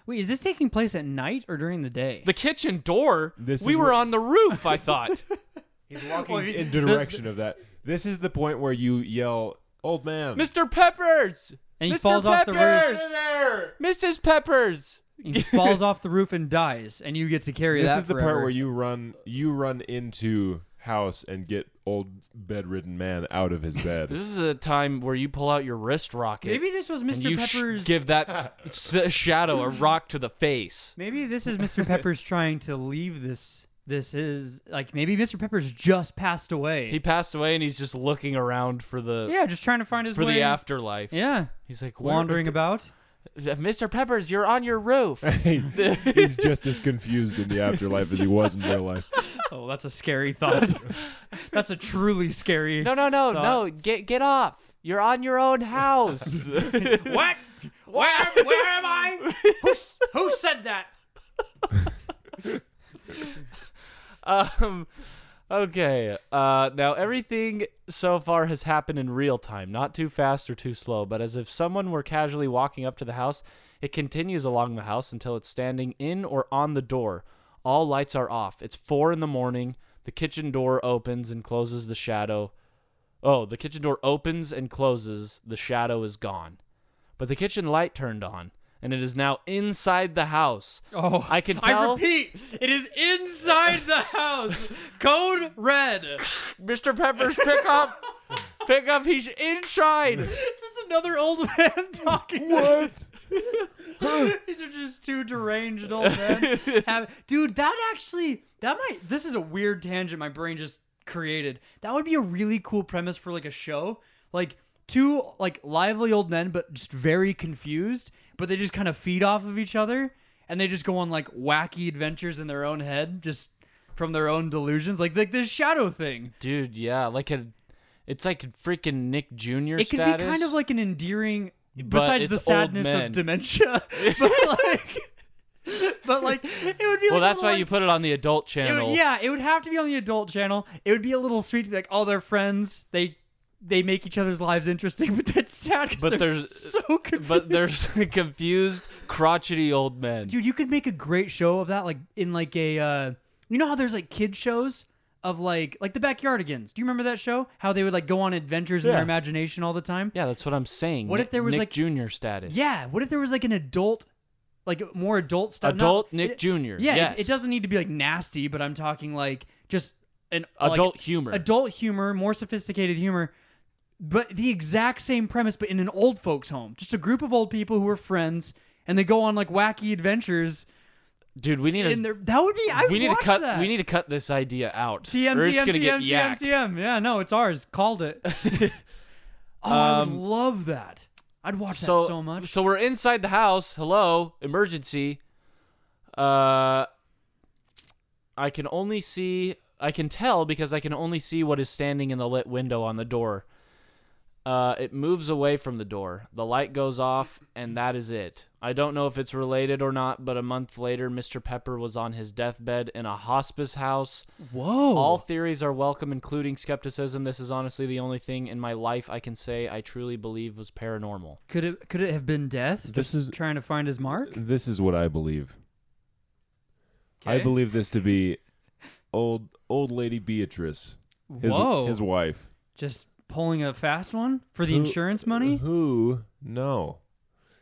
S2: Wait, is this taking place at night or during the day?
S4: The kitchen door?
S3: This
S4: we
S3: is
S4: were
S3: what-
S4: on the roof, I thought.
S3: *laughs* He's
S4: Oh,
S3: walking in direction of that. This is the point where you yell, "Old man,
S4: Mr. Peppers!
S2: And he
S4: Mr.
S2: falls off the roof.
S4: Peppers!
S3: Over there!"
S4: Mrs. Peppers!
S2: he falls off the roof and dies, and you get to carry
S3: This
S2: that.
S3: is the part
S2: forever.
S3: where you run, you run into house and get old bedridden man out of his
S4: This
S3: bed. *laughs*
S4: is a time where you pull out your wrist rocket.
S2: Maybe this was
S4: and
S2: Mr.
S4: you sh-
S2: Pepper's. *laughs*
S4: give that s- shadow a rock to the face.
S2: Maybe this is Mr. Pepper's trying to leave this. This is like maybe Mr. Pepper's just passed away.
S4: He passed away, and he's just looking around for the
S2: yeah, just trying to find his
S4: for
S2: way.
S4: the afterlife.
S2: Yeah,
S4: He's like where-
S2: wandering about.
S4: Mr. Peppers, you're on
S2: *laughs*
S4: your roof.
S3: He's just as confused in the afterlife as he was in real life.
S2: Oh, that's a scary thought. *laughs* that's a truly scary. *laughs*
S4: no, no, no, no. Get get off. You're on your
S2: *laughs*
S4: own house.
S2: What? Where? Where am I? Who's, who said that?
S4: um, okay. Uh, now everything so far has happened in real time, not too fast or too slow, but as if someone were casually walking up to the house. It continues along the house until it's standing in or on the door. All lights are off. It's four in the morning. The kitchen door opens and closes. The shadow. Oh, the kitchen door opens and closes. The shadow is gone. But the kitchen light turned on, and it is now inside the house.
S2: Oh,
S4: I can tell.
S2: I repeat, it is inside the house. Code red. Is
S4: Mr. Pepper's pickup. pickup. He's inside.
S2: this another old man *laughs* talking? What? *laughs* These are just two deranged old men. Have- Dude, that actually, that might. This is a weird tangent. My brain just created. That would be a really cool premise for like a show. Like two like lively old men, but just very confused. But they just kind of feed off of each other, and they just go on like wacky adventures in their own head, just from their own delusions. Like like this shadow thing.
S4: Dude, yeah, like a, it's like freaking Nick Jr.
S2: It could
S4: status.
S2: be kind of like an endearing,
S4: But
S2: besides the
S4: it's old
S2: sadness of
S4: men.
S2: dementia. *laughs*
S4: *laughs*
S2: but like, but like, it would be.
S4: Well,
S2: like
S4: that's
S2: a
S4: why
S2: little-
S4: you put it on the adult
S2: It would-
S4: channel.
S2: yeah, it would have to be on the adult channel. It would be a little sweet, to be like all their friends. They they make each other's lives interesting, *laughs* but that's sad. 'cause
S4: But
S2: they're
S4: there's-
S2: so confused.
S4: But there's *laughs* confused, crotchety old men.
S2: dude, you could make a great show of that, like in like a. Uh, you know how there's like kid shows of like like the Backyardigans. Do you remember that show? How they would like go on adventures in
S4: Yeah.
S2: their imagination all the time.
S4: yeah, that's what I'm saying.
S2: What
S4: Nick-
S2: if there was,
S4: Nick
S2: like-
S4: Jr. status?
S2: Yeah. What if there was like an adult, like more adult stuff? not-
S4: adult Nick
S2: it-
S4: Jr.
S2: Yeah. it-
S4: yes.
S2: It, doesn't need to be like nasty, but I'm talking like just an like,
S4: Adult humor.
S2: adult humor, more sophisticated humor, but the exact same premise, but in an old folks' home. Just a group of old people who are friends, and they go on like wacky adventures.
S4: Dude, we need
S2: And
S4: to.
S2: they're that would be. I
S4: we need to
S2: watch
S4: cut.
S2: That.
S4: We need to cut this idea out.
S2: TM,
S4: or it's
S2: TM,
S4: gonna get
S2: TM, TM,
S4: yacked.
S2: TM. Yeah, no, it's ours. Called
S4: *laughs*
S2: it. oh, I would love that. I'd watch
S4: Um, so
S2: that so much.
S4: So we're inside the house. Hello, emergency. Uh, I can only see. I can tell because I can only see what is standing in the lit window on the door. Uh, it moves away from the door. The light goes off, and that is it. I don't know if it's related or not, but a month later, Mr. Pepper was on his deathbed in a hospice house.
S2: Whoa.
S4: All theories are welcome, including skepticism. This is honestly the only thing in my life I can say I truly believe was paranormal.
S2: Could it could it have been death?
S3: This
S2: just
S3: is-
S2: trying to find his mark.
S3: This is what I believe. I
S2: Okay.
S3: believe this to be old old lady Beatrice, his
S2: Whoa!
S3: his wife.
S2: just pulling a fast one for the
S3: Who-
S2: insurance money.
S3: Who? No,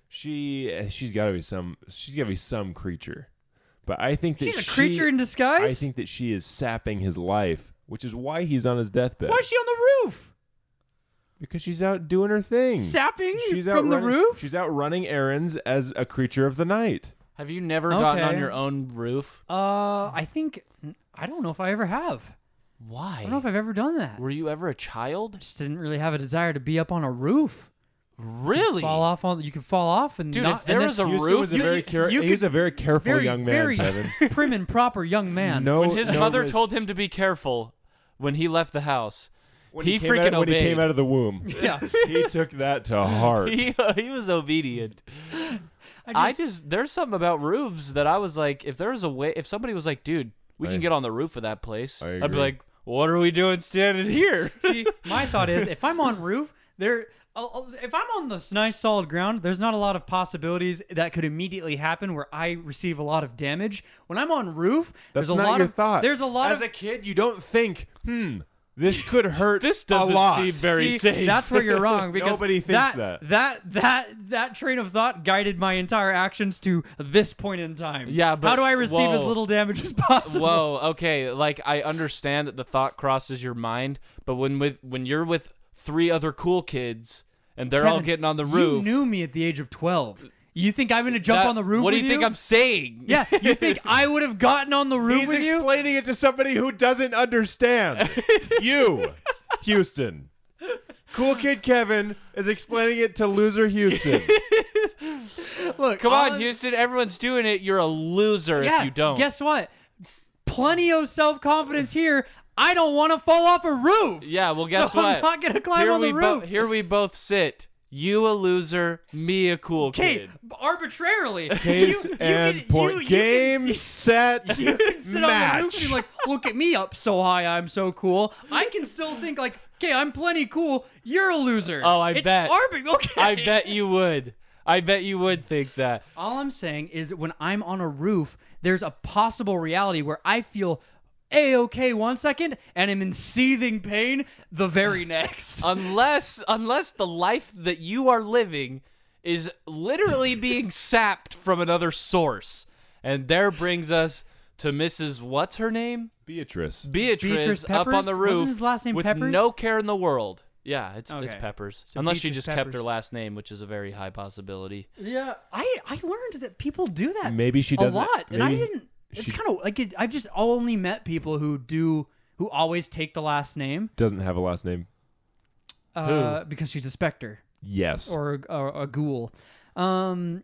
S3: she uh, she's got to be some she's got to be some creature. But I think that
S2: She's a
S3: she-
S2: creature in disguise.
S3: I think that she is sapping his life, which is why he's on his deathbed.
S2: Why is she on the roof?
S3: Because she's out doing her thing.
S2: Sapping
S3: She's out
S2: from the
S3: running-
S2: roof.
S3: She's out running errands as a creature of the night.
S4: Have you never gotten on
S2: Okay.
S4: your own roof?
S2: Uh, I think I don't know if I ever have. I
S4: Why?
S2: don't know if I've ever done that.
S4: Were you ever a child?
S2: just didn't really have a desire to be up on a roof.
S4: Really?
S2: Fall off on you could fall off and
S4: Dude,
S2: not,
S4: if there
S2: and
S4: was a
S2: then,
S3: Houston
S4: roof,
S3: was a
S4: you-
S3: very care-
S2: you
S3: he was
S2: could-
S3: a very careful
S2: very
S3: young man,
S2: very
S3: Kevin.
S2: *laughs* prim and proper young man.
S3: No,
S4: When his
S3: no
S4: mother
S3: risk.
S4: told him to be careful when he left the house,
S3: when
S4: he,
S3: came
S4: freaking
S3: out, when he
S4: obeyed.
S3: came out of the womb,
S2: Yeah,
S3: he took
S2: *laughs*
S3: that to heart.
S4: he, he was obedient. I
S2: I
S4: just, there's something about roofs that I was like, if there was a way, if somebody was like, dude, we
S3: I-
S4: can get on the roof of that place,
S3: I
S4: I'd be
S3: agree.
S4: like, what are we doing standing here? *laughs*
S2: See, my thought is if I'm on roof, there. I'll- I'll- If I'm on this nice solid ground, there's not a lot of possibilities that could immediately happen where I receive a lot of damage. When I'm on roof,
S3: That's
S2: there's a
S3: not
S2: lot
S3: your
S2: of
S3: thought.
S2: There's a lot
S3: As
S2: of
S3: a kid, you don't think, hmm,
S2: *laughs*
S3: This could hurt
S4: This
S3: a
S4: doesn't
S3: lot.
S4: seem very
S2: See,
S4: safe.
S2: That's
S4: *laughs*
S2: where you're wrong because
S3: Nobody thinks
S2: that, that that that train of thought guided my entire actions to this point in time.
S4: Yeah,
S2: how
S4: but-
S2: do I receive as
S4: whoa.
S2: little damage as possible? *laughs*
S4: *laughs* Whoa, okay. Like I understand that the thought crosses your mind, but when with when you're with three other cool kids and they're all
S2: Kevin,
S4: getting on the roof,
S2: You knew me at the age of twelve. You think I'm gonna jump
S4: that-
S2: on the roof?
S4: What do
S2: with
S4: you think I'm saying?
S2: Yeah, you
S4: *laughs*
S2: think I would have gotten on the roof
S3: He's
S2: with you?
S3: explaining it to somebody who
S2: *laughs*
S3: doesn't understand. you, Houston. Cool kid Kevin is explaining it to loser
S2: *laughs*
S3: Houston.
S2: Look,
S4: Come
S2: all-
S4: on, Houston. Everyone's doing it. You're a loser
S2: Yeah,
S4: if you don't.
S2: guess what? Plenty of self confidence here. I don't want to fall off a roof.
S4: Yeah. Well, guess
S2: so
S4: what?
S2: I'm not gonna climb
S4: here
S2: on the
S4: we bo-
S2: roof.
S4: here we both sit. You a loser. Me a cool
S2: Okay,
S4: kid. *laughs*
S2: arbitrarily.
S3: Case
S2: you, you
S3: and
S2: can,
S3: point.
S2: You, you *laughs*
S3: Game,
S2: Can,
S3: set,
S2: you can sit on the roof and
S3: match.
S2: be like, look at me up so high, I'm so cool. I can still think like, okay, I'm plenty cool. You're a loser.
S4: Oh, I
S2: it's
S4: bet.
S2: Arbi- *laughs* okay.
S4: I bet you would. I bet you would think that.
S2: All I'm saying is when I'm on a roof, there's a possible reality where I feel a okay one second and am in seething pain the very *laughs* next.
S4: unless unless the life that you are living is
S2: *laughs*
S4: literally being sapped from another source and there brings us to mrs what's her name
S3: Beatrice.
S4: beatrice,
S2: Beatrice
S4: up
S2: Peppers?
S4: on the
S2: Wasn't
S4: roof
S2: his last name
S4: with
S2: Peppers?
S4: no care in the world yeah it's, it's
S2: Okay.
S4: peppers
S2: So
S4: unless she
S2: Beatrice
S4: just kept her
S2: Peppers.
S4: last name which is a very high possibility
S2: yeah, I I learned that people do that.
S3: Maybe she doesn't-
S2: a lot, and I
S3: maybe
S2: didn't. It's
S3: she-
S2: kind of like it, I've just only met people who do who always take the last name
S3: Doesn't have a last name.
S2: uh, because she's a specter
S3: Yes.
S2: or a, or a ghoul. Um,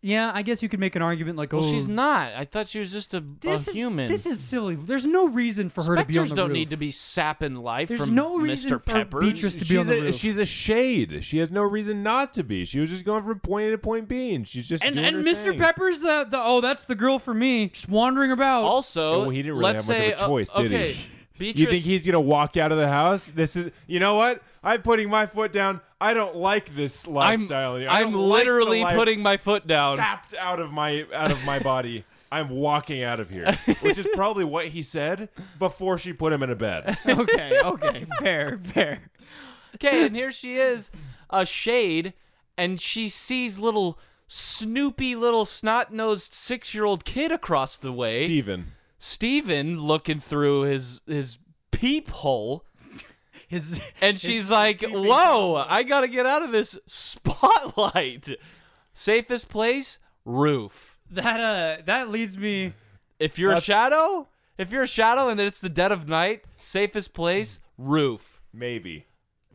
S2: yeah, I guess you could make an argument like, oh,
S4: well she's not i thought she was just a, a
S2: this is
S4: human
S2: This is silly. There's no reason for her to be on
S4: Spectres
S2: the
S4: don't
S2: roof.
S4: need to be sapping life
S2: There's
S4: from
S2: no reason
S4: Mr.
S2: for
S4: Peppers.
S2: Beatrice to be
S3: she's
S2: on the
S3: a,
S2: roof.
S3: She's a shade. She has no reason not to be. She was just going from point A to point B, and she's just
S2: and
S3: doing
S2: and
S3: her
S2: Mr.
S3: thing.
S2: Pepper's the, the oh that's the girl for me just wandering about. *laughs*
S4: Also,
S3: Well, Oh, he didn't really
S4: Oh, let's
S3: have much
S4: say,
S3: of a choice,
S4: uh,
S3: did
S4: okay,
S3: he?
S4: Beatrice,
S3: You think he's gonna walk out of the house? This is, you know what? I'm putting my foot down. I don't like this
S4: I'm,
S3: lifestyle. anymore. I
S4: I'm
S3: don't like the
S4: literally
S3: life
S4: putting my foot down.
S3: sapped out of my out of my
S4: *laughs*
S3: body. I'm walking out of here, which is probably what he said before she put him in a bed.
S4: *laughs*
S2: okay, okay, fair, fair.
S4: Okay, and here she is, a shade, and she sees little snoopy little snot-nosed six-year-old kid across the way,
S3: Steven.
S4: Steven looking through his his peephole,
S2: His
S4: and she's like, "Whoa, I gotta get out of this spotlight." Safest place, roof.
S2: that uh that leads me
S4: If you're a shadow, if you're a shadow and it's the dead of night, safest place, roof.
S3: Maybe.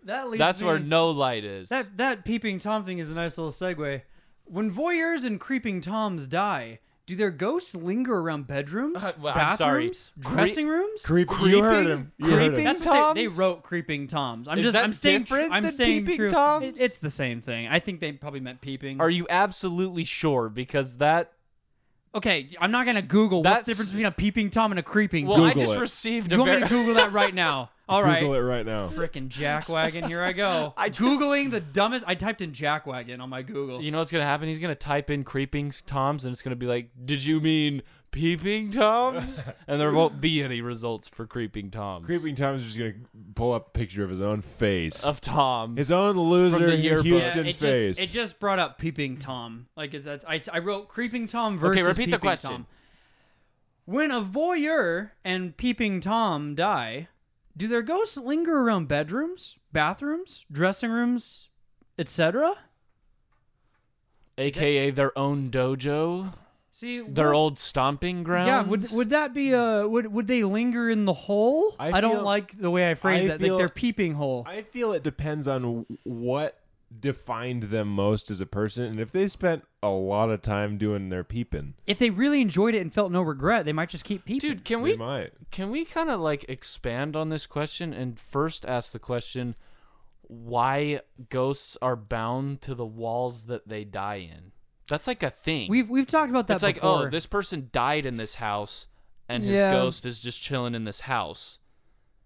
S2: that leads
S4: That's
S2: me,
S4: where no light is.
S2: that that peeping tom thing is a nice little segue. When voyeurs and creeping toms die, do their ghosts linger around bedrooms,
S4: Uh, well, I'm sorry.
S2: bathrooms, dressing rooms?
S3: Creep,
S4: Creeping? Creeping?
S2: That's what they, they
S4: Toms?
S2: wrote creeping toms. I'm
S4: Is
S2: just
S4: that
S2: I'm staying tr-
S4: different
S2: I'm
S4: than
S2: staying
S4: peeping
S2: true.
S4: toms?
S2: It- it's the same thing. I think they probably meant peeping.
S4: Are you absolutely sure? Because that.
S2: okay, I'm not gonna Google what's
S4: That's-
S2: the difference between a peeping tom and a creeping
S4: Well,
S2: tom.
S4: I
S3: Google
S4: just
S3: it.
S4: received
S2: You
S4: a
S2: want me
S4: very.
S2: to Google that right
S4: *laughs*
S2: now? All right.
S3: Google it right now.
S2: Frickin' jackwagon, here I go.
S4: *laughs* I just-
S2: Googling the dumbest. I typed in jackwagon on my Google.
S4: you know what's gonna happen? He's gonna type in creeping toms, and it's gonna be like, "Did you mean peeping toms?" and there won't be any results for creeping toms.
S3: Creeping Tom is just gonna pull up a picture of his own face,
S4: of Tom.
S3: his own loser
S4: the yearbook.
S2: Yeah,
S3: Houston
S2: it,
S3: face.
S2: just, it just brought up peeping tom. Like it's that's I, I wrote creeping tom versus
S4: okay, repeat the
S2: peeping
S4: question.
S2: tom. When a voyeur and peeping tom die, do their ghosts linger around bedrooms, bathrooms, dressing rooms, etc.?
S4: AKA their own dojo,
S2: See,
S4: their
S2: what-
S4: old stomping grounds.
S2: Yeah, would would that be a would would they linger in the hole?
S3: I
S2: I, don't
S3: feel-
S2: like the way I phrase
S3: I
S2: that.
S3: feel-
S2: like their peeping hole.
S3: I feel it depends on w- what defined them most as a person, and if they spent a lot of time doing their peeping,
S2: if they really enjoyed it and felt no regret, they might just keep peeping.
S4: Dude, can
S3: they
S4: we
S3: might.
S4: Can we kind of like expand on this question and first ask the question why ghosts are bound to the walls that they die in? That's like a thing.
S2: we've we've talked about that.
S4: it's like,
S2: before.
S4: oh, this person died in this house and his
S2: Yeah.
S4: ghost is just chilling in this house.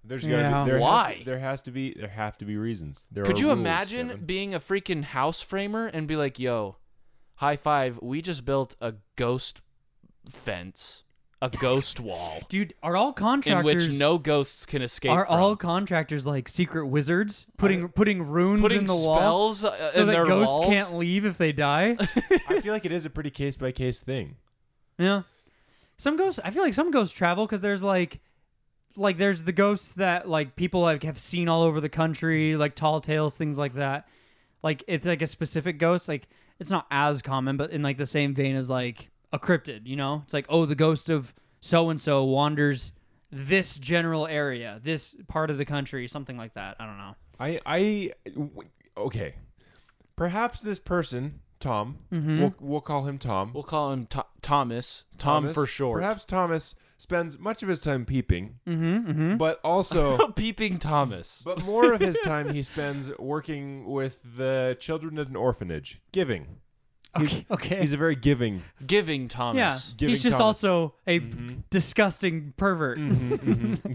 S3: There's gotta
S2: Yeah.
S3: be there Has
S4: Why?
S3: to, there has to be there have to be reasons. There
S4: Could
S3: are
S4: you
S3: rules,
S4: imagine
S3: Kevin.
S4: being a freaking house framer and be like, yo, high five, we just built a ghost fence a
S2: *laughs*
S4: ghost wall
S2: Dude, are all
S4: in
S2: contractors
S4: which no ghosts can escape.
S2: are
S4: from.
S2: all contractors like secret wizards putting putting runes
S4: putting
S2: in the wall
S4: spells uh,
S2: so
S4: in
S2: that
S4: their
S2: ghosts
S4: walls?
S2: can't leave if they
S4: *laughs*
S2: die?
S3: I feel like it is a pretty case by case thing.
S2: yeah. Some ghosts, I feel like some ghosts travel because there's like, like there's the ghosts that like people like have seen all over the country, like tall tales, things like that. Like it's like a specific ghost. Like it's not as common, but in like the same vein as like a cryptid. You know, it's like oh the ghost of so and so wanders this general area, this part of the country, something like that. I don't know.
S3: I I w- okay. Perhaps this person, Tom, we'll, we'll call him Tom.
S4: Mm-hmm. We'll call him Tho- Thomas. Tom
S3: Thomas.
S4: for short. Mm-hmm,
S3: Perhaps Thomas spends much of his time peeping, but
S4: *laughs*
S3: also,
S4: Peeping Thomas.
S3: but more of his time he spends working with the children at an orphanage, giving. He's-
S2: Okay, *laughs* okay.
S3: He's a very giving.
S4: Giving
S2: Yeah,
S4: Thomas.
S3: Giving
S2: he's just
S3: Thomas- Mm-hmm.
S2: also a disgusting pervert.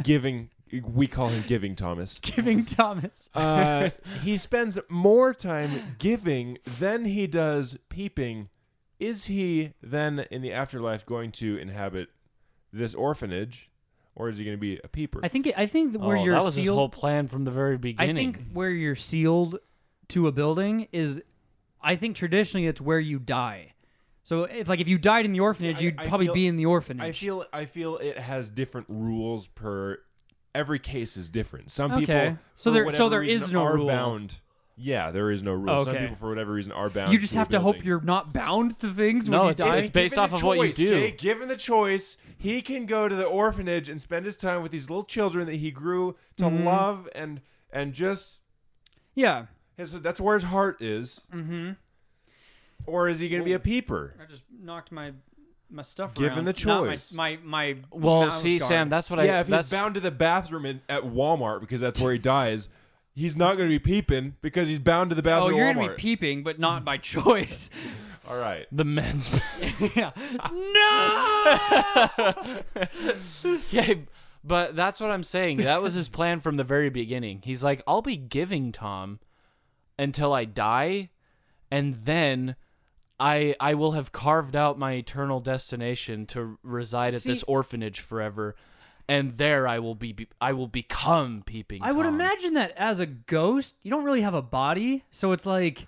S3: giving. We call him Giving Thomas.
S2: *laughs* Giving Thomas.
S3: Uh, he spends more time giving than he does peeping. Is he then in the afterlife going to inhabit this orphanage, or is he going to be a peeper?
S2: I think it, I think where
S4: Oh,
S2: you're
S4: that was his
S2: sealed.
S4: whole plan from the very
S2: I
S4: beginning.
S2: think where you're sealed to a building is, I think traditionally it's where you die. So if like if you died in the orphanage,
S3: I-
S2: you'd
S3: I
S2: probably
S3: feel-
S2: be in the orphanage.
S3: I feel I feel it has different rules per every case is different. Some
S2: Okay.
S3: people
S2: So
S3: for
S2: there- so
S3: whatever
S2: there
S3: reason,
S2: is no
S3: are
S2: rule.
S3: bound. Yeah, there is no rule. Some
S2: Okay.
S3: people for whatever reason are bound.
S2: you just
S3: a
S2: have to hope
S3: building.
S2: you're not bound to things
S4: No,
S2: when you
S4: it's-
S2: die.
S3: Given-
S4: based
S3: given
S4: off
S3: the
S4: of what you
S3: choice,
S4: do.
S3: Jay, given the choice, he can go to the orphanage and spend his time with these little children that he grew to
S2: Mm-hmm.
S3: love and and just
S2: yeah.
S3: his, that's where his heart is. Mm-hmm. Or is he going to be a peeper?
S2: I just knocked my my stuff.
S3: Given around. the Not my- choice.
S2: my my.
S4: Well, see, Sam, that's what I.
S3: yeah, if
S4: that's,
S3: he's bound to the bathroom in, at Walmart because that's where he dies, he's not going to be peeping because he's bound to the
S2: Oh,
S3: bathroom.
S2: you're
S3: at Walmart.
S2: gonna be peeping, but not by *laughs* choice.
S3: All right.
S4: the men's. *laughs*
S2: yeah. no.
S4: yeah, but that's what I'm saying. That was his plan from the very beginning. He's like, I'll be giving Tom until I die, and then I I will have carved out my eternal destination to reside at this
S2: See-
S4: orphanage forever, and there I will be, I will become peeping.
S2: I would
S4: Tom."
S2: imagine that as a ghost, you don't really have a body, so it's like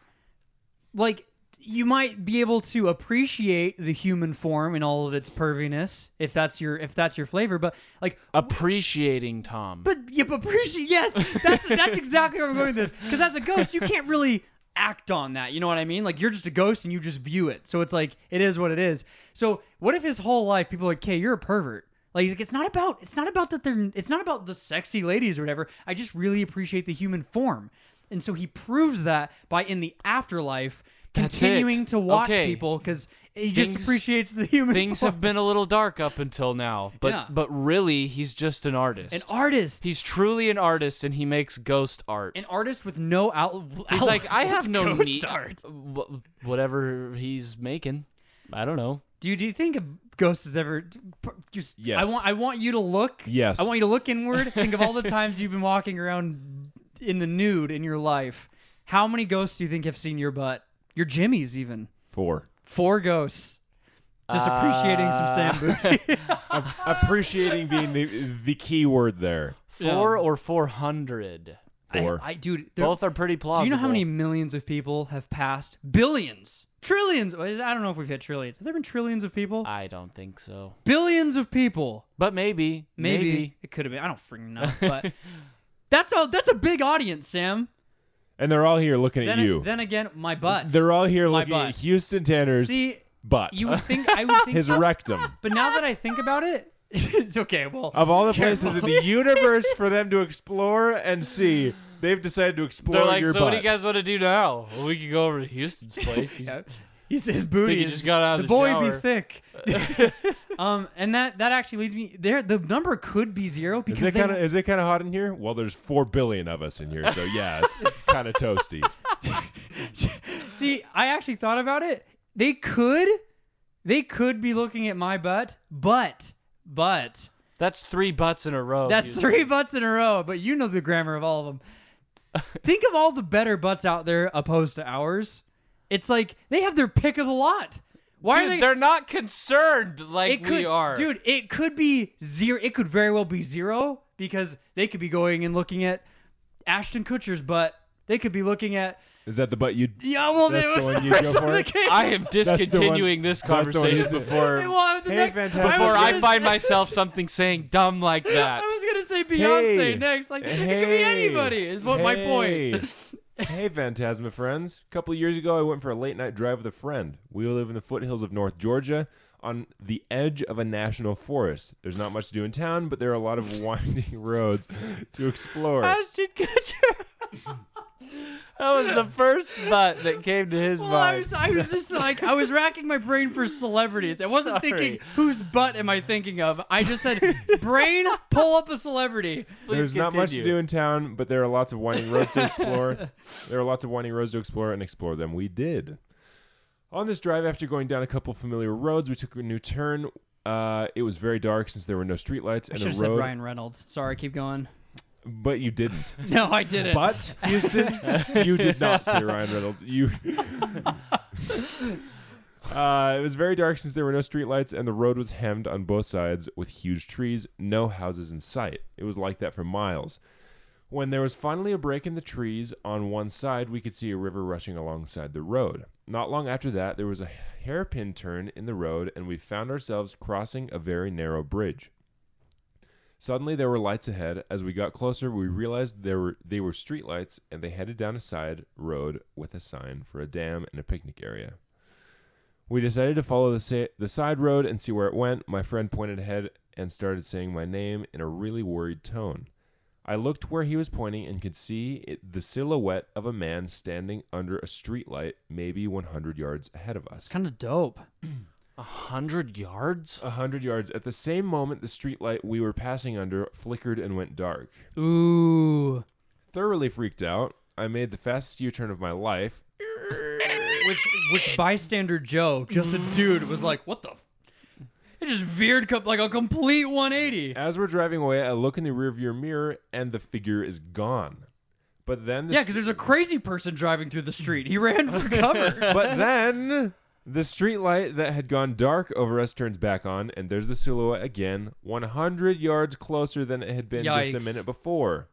S2: like you might be able to appreciate the human form in all of its perviness if that's your if that's your flavor, but like
S4: appreciating Tom.
S2: but you appreciate yes, that's that's exactly where I'm going with this because as a ghost, you can't really act on that. You know what I mean? Like you're just a ghost and you just view it. So it's like it is what it is. So what if his whole life people are like, "Okay, you're a pervert." Like he's like, it's not about it's not about that they're it's not about the sexy ladies or whatever. I just really appreciate the human form, and so he proves that by in the afterlife
S4: That's it.
S2: continuing to watch
S4: Okay.
S2: people because he just
S4: Things-
S2: appreciates the human.
S4: Things
S2: form.
S4: have been a little dark up until now, but
S2: Yeah.
S4: but really, he's just an artist.
S2: an artist.
S4: He's truly an artist, and he makes ghost art.
S2: an artist with no out. *laughs*
S4: He's like, I have no
S2: ghost
S4: need.
S2: art.
S4: Wh- whatever he's making, I don't know.
S2: Do you, do you think a ghost has ever? Just,
S3: Yes.
S2: I want. I want you to look.
S3: Yes.
S2: I want you to look inward. Think of all the *laughs* times you've been walking around in the nude in your life. How many ghosts do you think have seen your butt? Your Jimmy's even
S3: Four.
S2: four ghosts. Just appreciating some
S4: Uh,
S2: Sam
S4: *laughs*
S2: booty.
S3: Appreciating being the the key word there.
S4: Four or four hundred.
S3: Four.
S2: I, I dude. there-
S4: Both are pretty plausible.
S2: Do you know how many millions of people have passed? Billions, trillions. I don't know if we've hit trillions. Have there been trillions of people?
S4: I don't think so,
S2: Billions of people
S4: but maybe,
S2: Maybe,
S4: maybe.
S2: it could have been. I don't freaking
S4: *laughs*
S2: know, but that's all. That's a big audience, Sam.
S3: and they're all here looking
S2: Then,
S3: at you.
S2: then again, my butt.
S3: they're all here
S2: My
S3: looking at
S2: butt.
S3: Houston Tanner's
S2: See,
S3: butt.
S2: you would think I would think, *laughs*
S3: *laughs* his rectum.
S2: but now that I think about it, *laughs* it's okay. Well,
S3: of all the places in the universe for them to explore and see, they've decided to explore
S4: They're like,
S3: your
S4: so what do
S3: butt.
S4: you guys want to do now? Well, we could go over
S2: *laughs*
S4: to Houston's place.
S2: *laughs*
S4: He's-
S2: yeah, he's his booty.
S4: Think he
S2: is-
S4: just got out of the
S2: boy be
S4: shower. *laughs*
S2: thick. um, and that that actually leads me there. The number could be zero
S3: is
S2: because
S3: it
S2: they-
S3: kind of is it kind of hot in here? Well, there's four billion of us in here, so yeah,
S2: *laughs*
S3: it's kind of toasty.
S2: See, I actually thought about it. They could, they could be looking at my butt, but but
S4: That's three butts in a row.
S2: That's
S4: Houston.
S2: three butts in a row, but you know the grammar of all of them.
S4: *laughs*
S2: Think of all the better butts out there opposed to ours. It's like they have their pick of the lot. Why
S4: Dude,
S2: are they?
S4: They're not concerned like
S2: it could,
S4: we are,
S2: dude. It could be zero. It could very well be zero because they could be going and looking at Ashton Kutcher's butt. They could be looking at
S3: Is that the butt you?
S2: yeah. Well,
S3: That's
S2: it was
S3: the
S2: the,
S3: one you
S2: first
S3: go
S2: one
S3: for?
S2: that came. *laughs*
S4: I am
S3: one-
S4: discontinuing this
S3: that's the one you
S4: conversation
S3: said.
S4: before
S2: Well, I- the
S5: Hey,
S2: next-
S5: fantastic.
S2: was
S4: before I
S2: gonna
S4: find
S2: say- *laughs*
S4: myself something saying dumb like that.
S2: I was gonna say Beyonce
S3: Hey.
S2: next. Like it could be
S3: Hey.
S2: anybody. Is what my point.
S3: Hey. *laughs* hey, Phantasma friends. A couple of years ago, I went for a late night drive with a friend. We live in the foothills of North Georgia on the edge of a national forest. There's not much to do in town, but there are a lot of *laughs* winding roads to explore.
S4: Ashton Kutcher. *laughs* that was the first thought that came to his
S2: Well, I
S4: mind.
S2: was, I was just like, I was racking my brain for celebrities. I wasn't
S4: Sorry.
S2: thinking whose butt am I thinking of. I just said, brain, pull up a celebrity.
S4: Please
S3: There's not much to
S4: continue.
S3: do in town, but there are lots of winding roads
S2: *laughs*
S3: to explore. there are lots of winding roads to explore, and explore them we did. On this drive, after going down a couple familiar roads, we took a new turn. Uh, it was very dark since there were no
S2: I
S3: streetlights and
S2: should have
S3: a
S2: said
S3: road,
S2: Ryan Reynolds. Sorry, keep going.
S3: but you didn't.
S2: No, I didn't.
S3: But Houston, you did not say Ryan Reynolds. You. *laughs* Uh, it was very dark since there were no streetlights, and the road was hemmed on both sides with huge trees, no houses in sight. It was like that for miles. When there was finally a break in the trees on one side, we could see a river rushing alongside the road. Not long after that, there was a hairpin turn in the road, and we found ourselves crossing a very narrow bridge. Suddenly, there were lights ahead. As we got closer, we realized there were they were streetlights, and they headed down a side road with a sign for a dam and a picnic area. We decided to follow the sa- the side road and see where it went. My friend pointed ahead and started saying my name in a really worried tone. I looked where he was pointing and could see it, the silhouette of a man standing under a streetlight, maybe 100 yards ahead of us.
S2: it's kind of dope.
S4: A hundred yards?
S3: A 100 yards. At the same moment, the streetlight we were passing under flickered and went dark.
S2: Ooh.
S3: Thoroughly freaked out, I made the fastest U turn of my life.
S2: Which which bystander Joe, just a dude, was like, what the? F-? It just veered co- like a complete 180.
S3: As we're driving away, I look in the rearview mirror and the figure is gone. But then, the
S2: Yeah, because there's a crazy person driving through the street. He ran for
S4: *laughs*
S2: cover. *laughs*
S3: but then the streetlight that had gone dark over us turns back on, and there's the silhouette again, 100 yards closer than it had been just
S2: Yikes.
S3: a minute before.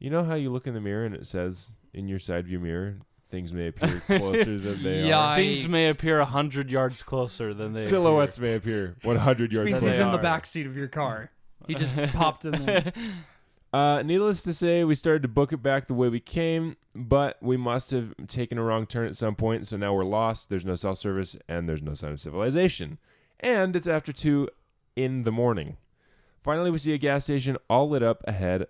S3: You know how you look in the mirror and it says in your side view mirror, things
S2: *laughs*
S3: may appear closer than they
S2: Yikes.
S3: are.
S4: Things may appear a hundred yards closer than they
S3: *laughs* Silhouettes may appear 100 yards
S2: means
S3: closer.
S4: They
S2: he's in the
S4: are.
S2: back seat of your car. He just popped in
S4: *laughs*
S2: there.
S3: Uh, needless to say, we started to book it back the way we came, but we must have taken a wrong turn at some point, so now we're lost. There's no cell service, and there's no sign of civilization. And it's after 2 in the morning. Finally, we see a gas station all lit up ahead.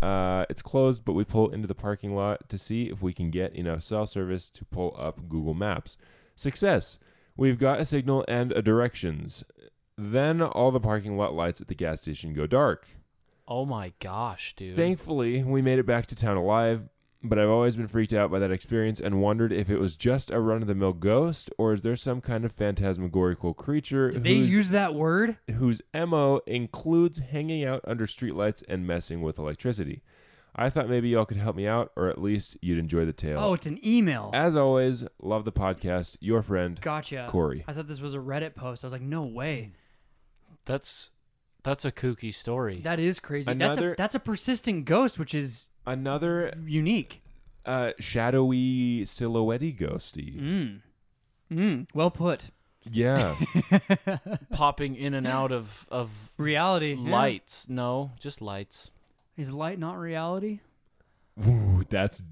S3: Uh, it's closed, but we pull into the parking lot to see if we can get enough cell service to pull up Google Maps. Success! We've got a signal and a directions. Then all the parking lot lights at the gas station go dark.
S4: Oh my gosh, dude.
S3: Thankfully, we made it back to town alive, but I've always been freaked out by that experience and wondered if it was just a run of the mill ghost or is there some kind of phantasmagorical creature
S2: Did they
S3: whose,
S2: use that word?
S3: whose MO includes hanging out under streetlights and messing with electricity. I thought maybe y'all could help me out or at least you'd enjoy the tale.
S2: Oh, it's an email.
S3: As always, love the podcast. Your friend,
S2: Gotcha.
S3: Corey.
S2: I thought this was a Reddit post. I was like, no way.
S4: that's that's a kooky story.
S2: That is crazy. that's
S3: Another-
S2: a that's a persistent ghost, which is
S3: Another
S2: unique.
S3: uh, shadowy, silhouette ghosty.
S2: Mm, well put.
S3: Yeah.
S2: *laughs*
S4: Popping in and out of of
S2: Reality. yeah.
S4: lights. No, just lights.
S2: Is light not reality?
S3: Ooh, that's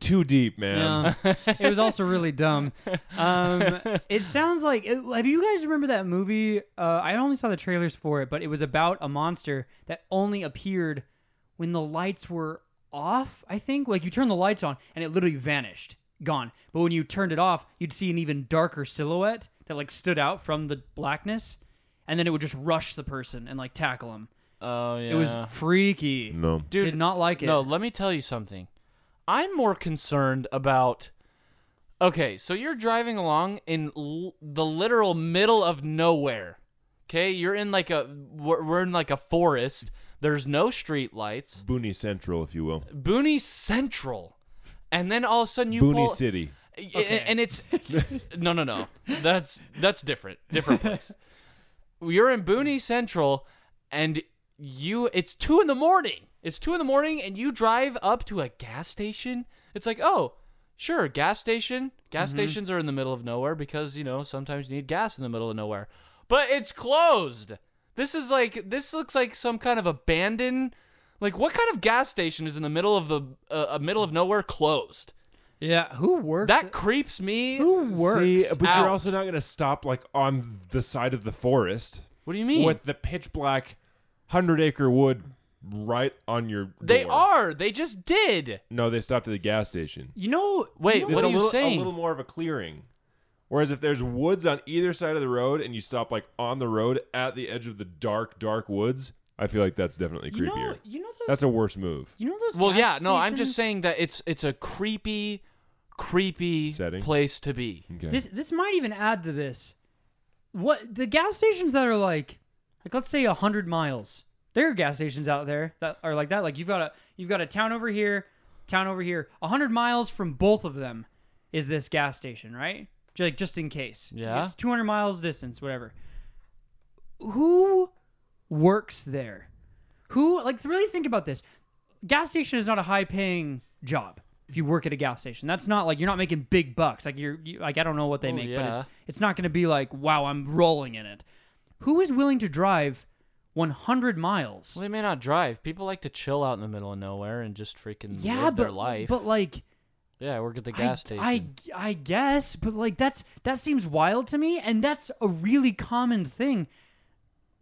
S3: too deep, man.
S4: *laughs*
S2: Yeah. it was also really dumb. Um, it sounds like. it- have you guys remember that movie? Uh, I only saw the trailers for it, but it was about a monster that only appeared when the lights were off. I think like you turn the lights on and it literally vanished, gone. But when you turned it off, you'd see an even darker silhouette that like stood out from the blackness, and then it would just rush the person and like tackle him.
S4: Oh yeah.
S2: It was freaky.
S3: No.
S4: Dude,
S2: Did not like it.
S4: No, let me tell you something. I'm more concerned about. Okay, so you're driving along in l- the literal middle of nowhere. Okay, you're in like a we're, we're in like a forest. There's no street lights.
S3: Booney Central, if you will.
S4: Booney Central, and then all of a sudden you
S3: Booney
S4: pull,
S3: City.
S4: Y- And it's no, no, no. That's that's different. Different place. You're in Booney Central, and you. It's two in the morning. It's two in the morning, and you drive up to a gas station. It's like, oh, sure, gas station. Gas stations are in the middle of nowhere because you know sometimes you need gas in the middle of nowhere. But it's closed. This is like this looks like some kind of abandoned. Like what kind of gas station is in the middle of the uh, uh, middle of nowhere closed?
S2: Yeah, who works?
S4: That creeps me.
S2: who works?
S3: See, but
S4: Out.
S3: you're also not going to stop like on the side of the forest
S4: What do you mean?
S3: with the pitch black hundred acre wood right on your.
S4: they
S3: door.
S4: are. They just did.
S3: No, they stopped at the gas station.
S2: you know,
S4: Wait,
S2: you know-
S3: There's
S4: what
S3: a
S4: are you
S3: little,
S4: saying?
S3: A little more of a clearing. Whereas if there's woods on either side of the road and you stop like on the road at the edge of the dark, dark woods, I feel like that's definitely
S2: you
S3: creepier.
S2: know, you know those.
S3: that's a worse move.
S2: you know those.
S4: Well,
S2: gas
S4: yeah. No, I'm just
S2: stations?
S4: saying that it's it's a creepy, creepy
S3: Setting.
S4: place to be.
S3: Okay.
S2: This this might even add to this. What the gas stations that are like, like let's say hundred miles. There are gas stations out there that are like that. Like you've got a you've got a town over here, town over here. hundred miles from both of them is this gas station, right? Ju- Like just in case.
S4: Yeah.
S2: It's two hundred miles distance, whatever. Who works there? Who like really think about this? gas station is not a high paying job if you work at a gas station that's not like you're not making big bucks like you're you, like i don't know what they
S4: Oh,
S2: make but
S4: yeah.
S2: it's it's not going to be like wow i'm rolling in it who is willing to drive 100 miles
S4: Well, they may not drive. People like to chill out in the middle of nowhere and just freaking
S2: yeah
S4: live
S2: but
S4: their life.
S2: but like
S4: yeah, work at the
S2: I-
S4: gas station.
S2: I, I guess but like that's that seems wild to me and that's a really common thing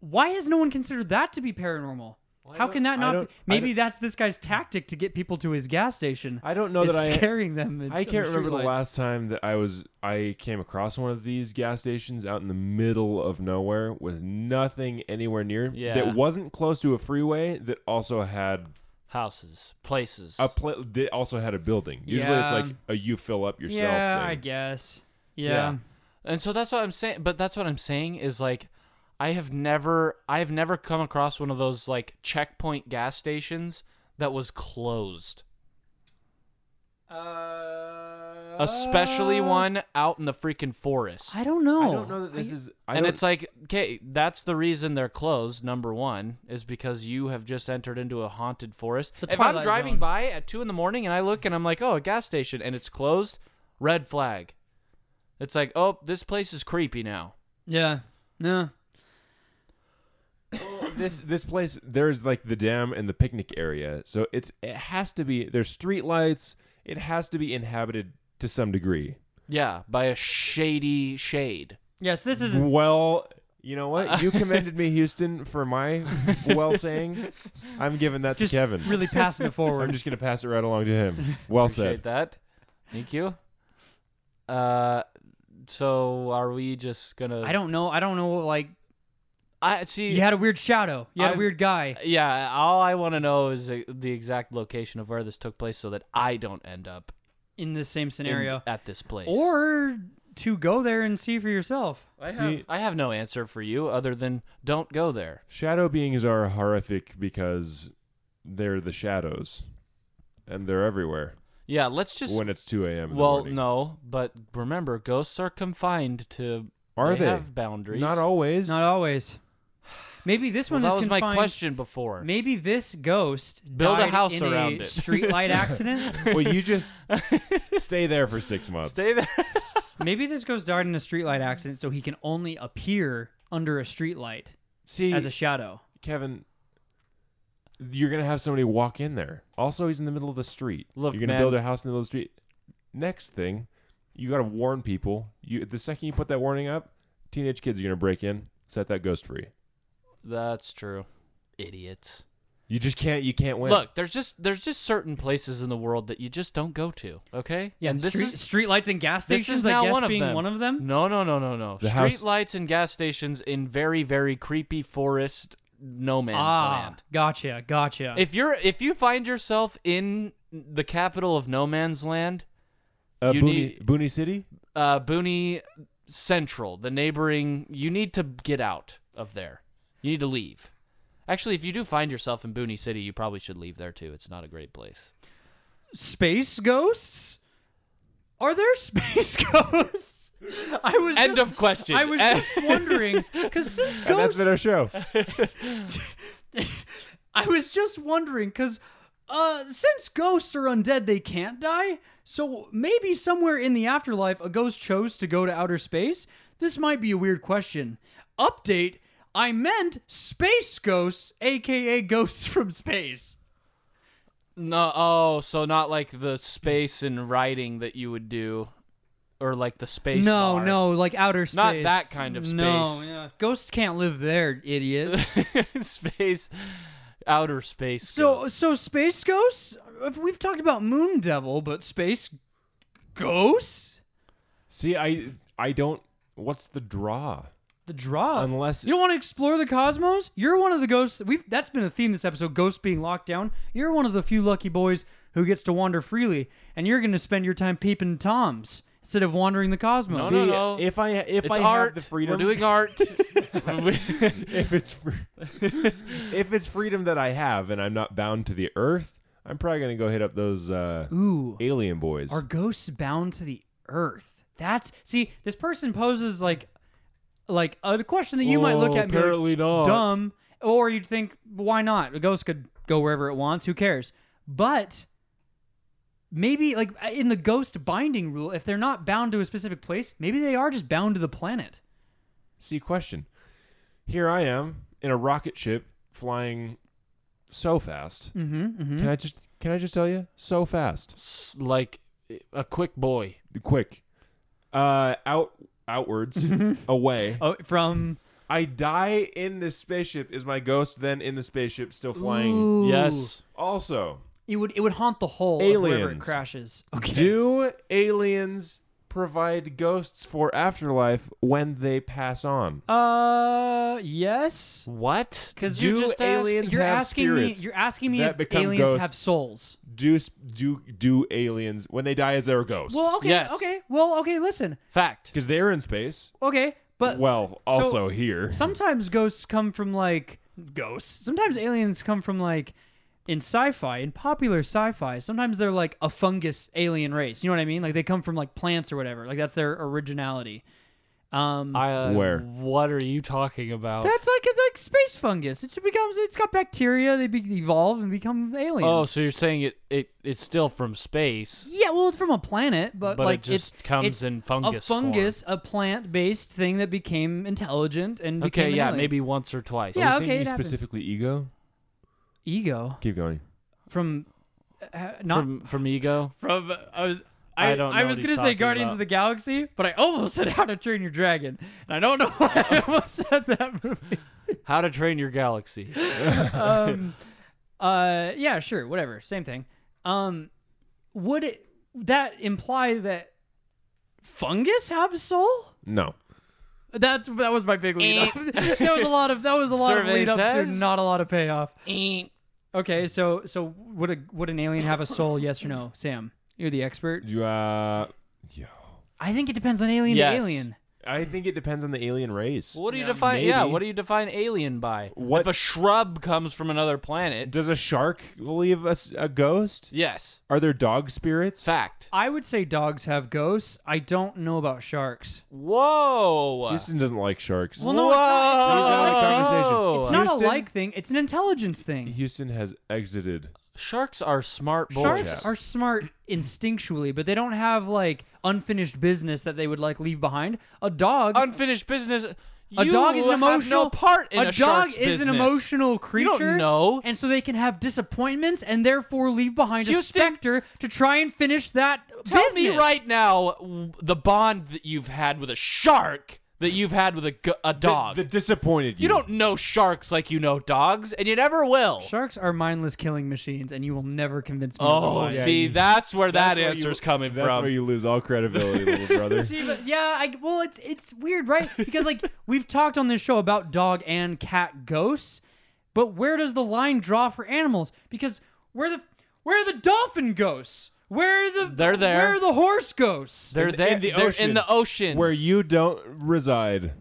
S2: why has no one considered that to be paranormal
S3: I
S2: how
S3: don't-
S2: can that
S3: I
S2: not
S3: don't-
S2: be?
S3: I
S2: Maybe
S3: don't-
S2: that's this guy's tactic to get people to his gas station.
S3: I don't know
S2: is
S3: that I-
S2: scaring them. in
S3: I
S2: some
S3: can't remember the
S2: streetlights.
S3: last time that I was I came across one of these gas stations out in the middle of nowhere with nothing anywhere near
S4: Yeah.
S3: that wasn't close to a freeway that also had
S4: Houses, places.
S3: a pla that also had a building. Usually it's
S2: Yeah.
S3: like a you fill up yourself
S2: Yeah,
S3: thing.
S2: I guess. Yeah.
S4: And so that's what I'm saying. But that's what I'm saying is like, I have never, I have never come across one of those like checkpoint gas stations that was closed.
S2: Uh,
S4: Especially one out in the freaking forest.
S2: I don't know.
S3: I don't know that this is I
S4: and
S3: don't-
S4: it's like, okay, that's the reason they're closed. Number one is because you have just entered into a haunted forest.
S2: The
S4: if I'm
S2: Twilight
S4: driving
S2: Zone.
S4: by at two in the morning and I look and I'm like, oh, a gas station and it's closed, red flag. It's like, oh, this place is creepy now.
S2: Yeah. No.
S3: this this place there's like the dam and the picnic area so it's it has to be there's street lights it has to be inhabited to some degree
S4: Yeah, by a shady shade.
S2: Yes, this is.
S3: well you know what you commended
S4: *laughs*
S3: me houston for my well saying i'm giving that
S2: Just
S3: to kevin
S2: really passing
S3: *laughs*
S2: it forward.
S3: i'm just gonna pass it right along to him well
S4: Appreciate
S3: said
S4: that. Thank you. Uh, so are we just gonna?
S2: I don't know. I don't know. Like
S4: I see.
S2: you had a weird shadow. You had a
S4: I'm-
S2: weird guy.
S4: Yeah, all I want to know is uh, the exact location of where this took place so that I don't end up
S2: in this same
S4: in-
S2: scenario,
S4: at this place.
S2: or to go there and see for yourself.
S4: I have, uh,
S3: See-
S4: I have no answer for you other than don't go there.
S3: shadow beings are horrific because they're the shadows and they're everywhere
S4: Yeah, let's just.
S3: when it's 2 a.m in the
S4: well,
S3: morning.
S4: no, but remember, ghosts are confined to.
S3: are they,
S4: have boundaries?
S3: not always
S2: Not always. Maybe this
S4: Well,
S2: one
S4: that
S2: is
S4: was my
S2: confined.
S4: question before.
S2: Maybe this ghost
S4: Build a
S2: died
S4: house
S2: in
S4: around
S2: a
S4: it. *laughs*
S2: streetlight accident.
S3: well you just stay there for six months
S4: Stay there.
S2: Maybe this ghost died in a streetlight accident, so he can only appear under a streetlight
S3: See,
S2: as a shadow.
S3: Kevin, you're gonna have somebody walk in there. Also, he's in the middle of the street.
S4: Look,
S3: you're gonna
S4: man.
S3: build a house in the middle of the street. Next thing, you gotta warn people. You the second you put that warning up, teenage kids are gonna break in, set that ghost free.
S4: That's true. Idiots.
S3: You just can't. You can't win.
S4: Look, there's just there's just certain places in the world that you just don't go to. Okay.
S2: Yeah,
S4: And
S2: this street, streetlights and gas
S4: This
S2: stations.
S4: is
S2: I
S4: now
S2: guess
S4: one of
S2: being
S4: them.
S2: one of them.
S4: No, no, no, no, no.
S3: The
S4: Street
S3: house-
S4: lights and gas stations in very, very creepy forest no man's
S2: ah,
S4: land.
S2: gotcha, gotcha.
S4: If you're if you find yourself in the capital of no man's land,
S3: uh,
S4: you
S3: Booney,
S4: need-
S3: Booney City.
S4: uh, Booney Central, the neighboring, you need to get out of there. You need to leave. Actually, if you do find yourself in Booney City, you probably should leave there too. It's not a great place.
S2: Space ghosts Are there *laughs* space ghosts? I was
S4: End
S2: just,
S4: of question. *laughs*
S2: I was
S4: End-
S2: just wondering because since
S3: And that's
S2: ghosts,
S3: been our
S4: *laughs*
S3: show.
S2: I was just wondering because uh, since ghosts are undead, they can't die. So maybe somewhere in the afterlife, a ghost chose to go to outer space. This might be a weird question. Update: I meant space ghosts, aka ghosts *laughs* from space.
S4: No, oh, so not like the space and writing that you would do, or like the space.
S2: no,
S4: bar.
S2: no, like outer space.
S4: Not that kind of
S2: No,
S4: space.
S2: yeah. ghosts can't live there, idiot.
S4: *laughs* space, outer space.
S2: So,
S4: ghosts.
S2: so space ghosts. We've talked about Moon Devil, but space ghosts.
S3: See, I I don't. What's the draw?
S2: The draw.
S3: Unless-
S2: you don't want to explore the cosmos, you're one of the ghosts. We've that's been a theme this episode. Ghosts being locked down. You're one of the few lucky boys who gets to wander freely, and you're going to spend your time peeping toms instead of wandering the cosmos.
S4: No,
S3: See,
S4: no.
S3: If I if
S4: it's
S3: I
S4: art.
S3: have the freedom,
S4: We're
S2: *laughs*
S4: doing art. We- *laughs*
S3: *laughs* if it's fr- if it's freedom that I have and I'm not bound to the earth, I'm probably gonna go hit up those uh,
S2: Ooh,
S3: alien boys.
S2: are ghosts bound to the earth? That's see. This person poses like, like a question that you might look
S4: Oh,
S2: at. and be like,
S4: apparently not.
S2: Dumb. Or you'd think, why not? A ghost could go wherever it wants. Who cares? But maybe, like uh, in the ghost binding rule, if they're not bound to a specific place, maybe they are just bound to the planet.
S3: See, question. Here I am in a rocket ship flying so fast.
S2: Mm-hmm. mm-hmm.
S3: Can I just can I just tell you so fast,
S4: s- like a quick boy.
S3: quick, uh, out outwards *laughs* away.
S2: Oh, from
S3: I die in this spaceship. Is my ghost then in the spaceship still flying?
S2: Ooh.
S4: Yes.
S3: Also,
S2: it would it would haunt the hull of wherever it
S3: Aliens.
S2: crashes. Okay,
S3: do aliens provide ghosts for afterlife when they pass on?
S2: uh, yes.
S4: What?
S2: Because
S3: Do
S2: you're just ask-
S3: aliens
S2: you're
S3: have
S2: asking
S3: spirits
S2: me. You're asking me
S3: that
S2: if
S3: become
S2: aliens
S3: ghosts?
S2: have souls.
S3: Do s- do do aliens when they die? Is there a ghost?
S2: Well, okay,
S4: Yes.
S2: okay. Well, okay. Listen,
S4: Fact.
S3: because they're in space.
S2: okay, but
S3: Well, also here.
S2: sometimes ghosts come from like ghosts. Sometimes aliens come from like in sci-fi, in popular sci-fi. Sometimes they're like a fungus alien race. You know what I mean? Like they come from like plants or whatever. Like that's their originality. Um,
S4: I, uh,
S3: Where?
S4: What are you talking about?
S2: that's like it's like space fungus. It becomes it's got bacteria. They be, evolve and become aliens.
S4: oh, so you're saying it, it it's still from space.
S2: yeah, well, it's from a planet, but,
S4: But it
S2: like
S4: just
S2: it's,
S4: comes
S2: it's
S4: in fungus
S2: A fungus, a plant-based thing that became intelligent and
S4: Okay,
S2: became an
S4: yeah,
S2: alien.
S4: maybe once or twice.
S2: Yeah,
S3: Are we
S2: okay,
S3: thinking
S2: it happens.
S3: Specifically, ego.
S2: ego
S3: Keep going.
S2: from uh, not
S4: from from ego.
S2: from uh, I was
S4: I
S2: I, I,
S4: don't know
S2: was
S4: what
S2: gonna
S4: he's
S2: say
S4: talking
S2: Guardians
S4: about.
S2: of the Galaxy, but I almost *laughs* said How to Train Your Dragon, and I don't know *laughs* why
S4: *laughs*
S2: I almost said that movie.
S4: How to Train Your
S2: *gasps*
S4: Galaxy.
S2: Um, uh, yeah, sure, whatever, same thing. Um, would it, that imply that fungus have soul?
S3: No.
S2: That's that was my big lead up. *laughs* that was a lot of that was a lot of
S4: Survey
S2: lead up to
S4: says.
S2: not a lot of payoff.
S4: I
S2: Okay, so so would a would an alien have a soul? yes or no, Sam? You're the expert.
S3: You, uh, yo.
S2: I think it depends on alien
S4: Yes.
S2: to alien.
S3: I think it depends on the alien race.
S4: What do you
S2: Yeah,
S4: define? Yeah,
S3: maybe.
S4: what do you define alien by?
S3: What-
S4: if a shrub comes from another planet?
S3: Does a shark leave us a ghost?
S4: Yes,
S3: Are there dog spirits?
S4: fact.
S2: I would say dogs have ghosts. I don't know about sharks.
S4: Whoa.
S3: Houston doesn't like sharks.
S2: Well, no, it's not- it's not
S3: These
S2: a
S3: are
S2: like-
S3: the conversation.
S2: It's
S4: Whoa.
S2: not a
S3: Houston-
S2: like thing. It's an intelligence thing.
S3: Houston has exited.
S4: Sharks are smart boys.
S2: Sharks
S3: Bullshit.
S2: are smart instinctually, but they don't have like unfinished business that they would like leave behind. A dog,
S4: unfinished business.
S2: a
S4: You
S2: dog is an
S4: have
S2: emotional
S4: no part in a,
S2: dog
S4: shark's
S2: is
S4: business.
S2: an emotional creature.
S4: don't know.
S2: and so they can have disappointments and therefore leave behind a
S4: Houston-
S2: specter to try and finish that
S4: Tell
S2: business.
S4: me right now w- the bond that you've had with a shark that you've had with a, g- a dog.
S3: That disappointed you.
S4: you don't know sharks like you know dogs, and you never will.
S2: Sharks are mindless killing machines, and you will never convince me
S4: oh,
S2: otherwise.
S4: see, that's where that
S3: where
S4: answer's
S3: you-
S4: coming
S3: That's
S4: from.
S3: where you lose all credibility,
S4: *laughs*
S3: little brother.
S2: See, but uh, yeah, I, well, it's it's weird, right? Because *laughs* like we've talked on this show about dog and cat ghosts, but where does the line draw for animals? Because where the where are the dolphin ghosts? Where are the
S4: They're there.
S2: Where are the horse ghosts?
S4: They're
S3: In-
S4: there
S3: in the
S4: they're in
S3: ocean.
S4: the ocean
S3: Where you don't reside.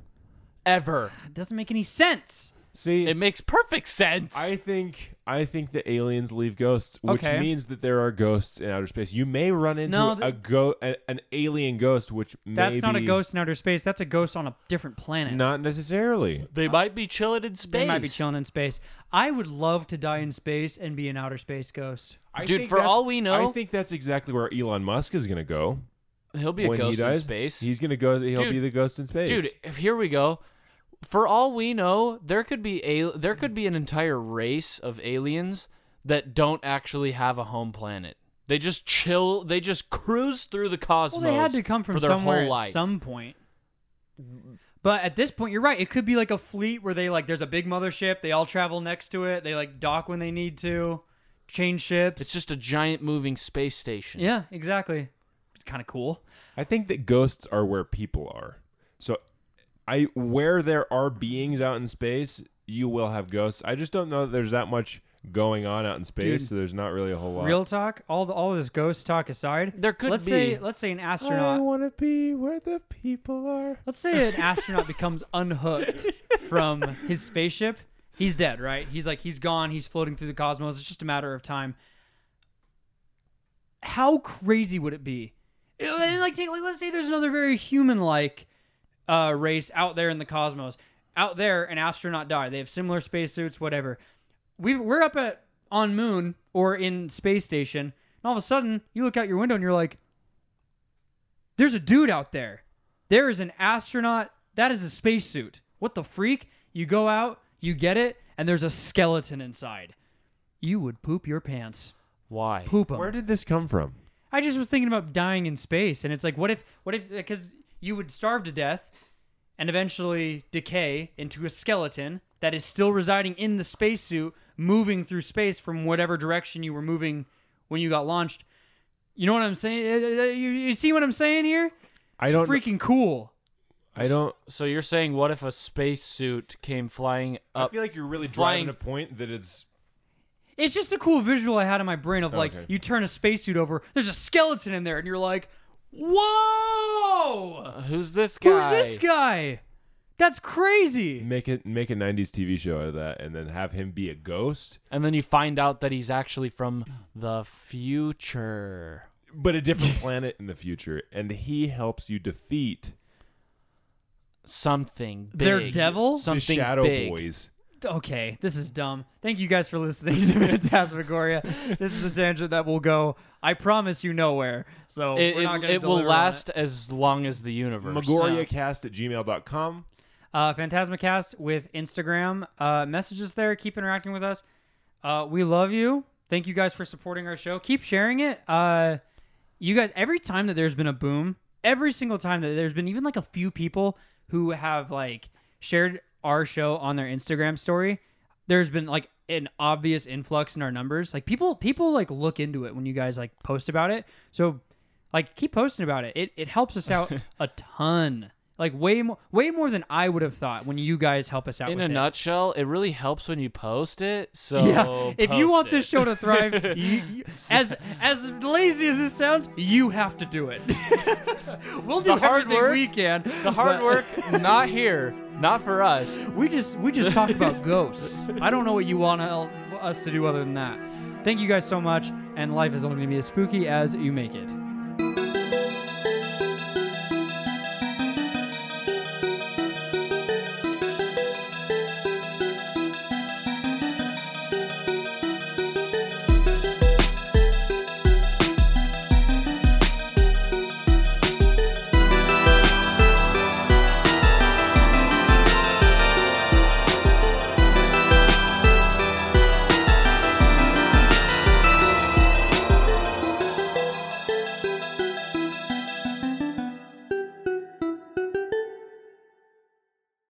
S4: ever.
S2: that doesn't make any sense.
S3: See,
S4: It makes perfect sense.
S3: I think I think the aliens leave ghosts, which
S2: Okay.
S3: means that there are ghosts in outer space. You may run into
S2: No, th-
S3: a go a, an alien ghost, which
S2: That's
S3: may
S2: not a
S3: be-
S2: ghost in outer space. That's a ghost on a different planet.
S3: Not necessarily.
S4: They might be chilling in space.
S2: They might be chilling in space. I would love to die in space and be an outer space ghost.
S3: I
S4: Dude,
S3: think
S4: for
S3: that's-
S4: all we know-
S3: I think that's exactly where Elon Musk is going to go
S4: He'll be a
S3: when
S4: ghost
S3: he dies.
S4: in space.
S3: He's going to go. He'll
S4: Dude.
S3: be the ghost in space.
S4: Dude, if- here we go. For all we know, there could be a there could be an entire race of aliens that don't actually have a home planet. They just chill. They just cruise through the cosmos.
S2: Well, they had to come from
S4: for their
S2: somewhere
S4: whole life.
S2: at some point. But at this point, you're right. It could be like a fleet where they like there's a big mothership. They all travel next to it. They like dock when they need to, change ships.
S4: It's just a giant moving space station.
S2: yeah, exactly. It's kind of cool.
S3: I think that ghosts are where people are. So, I where there are beings out in space, you will have ghosts. I just don't know that there's that much going on out in
S2: Dude.
S3: space, so there's not really a whole lot.
S2: Real talk. All the, all this ghost talk aside,
S4: There could
S2: let's
S4: be-
S2: say let's say an astronaut.
S3: want to be where the people are.
S2: Let's say an astronaut becomes unhooked from his spaceship. He's dead, right? He's like he's gone. He's floating through the cosmos. It's just a matter of time. How crazy would it be? Eh, And like, take, like let's say there's another very human-like uh, race out there in the cosmos. Out there, an astronaut died. They have similar spacesuits, whatever. We we're up at on moon or in space station, and all of a sudden you look out your window and you're like, "There's a dude out there." There is an astronaut. That is a spacesuit. What the freak? You go out, you get it, and there's a skeleton inside. You would poop your pants.
S4: Why?
S2: Poop 'em.
S3: Where did this come from?
S2: I just was thinking about dying in space, and it's like, what if, what if, because you would starve to death and eventually decay into a skeleton that is still residing in the spacesuit, moving through space from whatever direction you were moving when you got launched. You know what I'm saying? Eh, eh, eh, You, you see what I'm saying here?
S3: I don't.
S2: Freaking cool.
S3: I don't.
S4: So you're saying what if a spacesuit came flying up?
S3: I feel like you're really
S4: Flying-
S3: driving a point that it's.
S2: It's just a cool visual I had in my brain of like
S3: Okay.
S2: you turn a spacesuit over, there's a skeleton in there, and you're like, "Whoa,
S4: Uh, Who's this
S2: who's
S4: guy?
S2: this guy? That's crazy."
S3: Make it make a '90s TV show out of that, and then have him be a ghost,
S4: And then you find out that he's actually from the future.
S3: but a
S4: *laughs*
S3: different planet in the future, and he helps you defeat
S4: Something big.
S2: Their devil? The
S4: Something
S3: the Shadow
S4: big.
S3: Boys.
S2: Okay, this is dumb. Thank you guys for listening to *laughs* Fantasmagoria. this is a tangent that will go, I promise you, nowhere. So
S4: It,
S2: we're not
S4: it,
S2: gonna
S4: it will
S2: deliver on it.
S4: last as long as the universe.
S3: Magoriacast at gmail.com.
S2: uh, Phantasmacast with Instagram. Uh, messages there. Keep interacting with us. Uh, we love you. Thank you guys for supporting our show. Keep sharing it. Uh, you guys, every time that there's been a boom, every single time that there's been even like a few people who have like shared our show on their Instagram story, there's been like an obvious influx in our numbers. Like people, people like look into it when you guys like post about it. So like keep posting about it. It it helps us
S4: *laughs*
S2: out a ton. Like way more, way more than I would have thought when you guys help us out.
S4: In
S2: with
S4: a
S2: it.
S4: nutshell, it really helps when you post it. So
S2: Yeah. If you
S4: post
S2: want
S4: it.
S2: this show to thrive,
S4: *laughs*
S2: you, you- as as lazy as this sounds, you have to do
S4: *laughs*
S2: it. we'll do
S4: The hard
S2: everything
S4: work-
S2: we can.
S4: the hard
S2: but
S4: work, not here, not for us.
S2: We just we just talk
S4: *laughs*
S2: about ghosts. I don't know what you want el- us to do other than that. Thank you guys so much, and life is only going to be as spooky as you make it.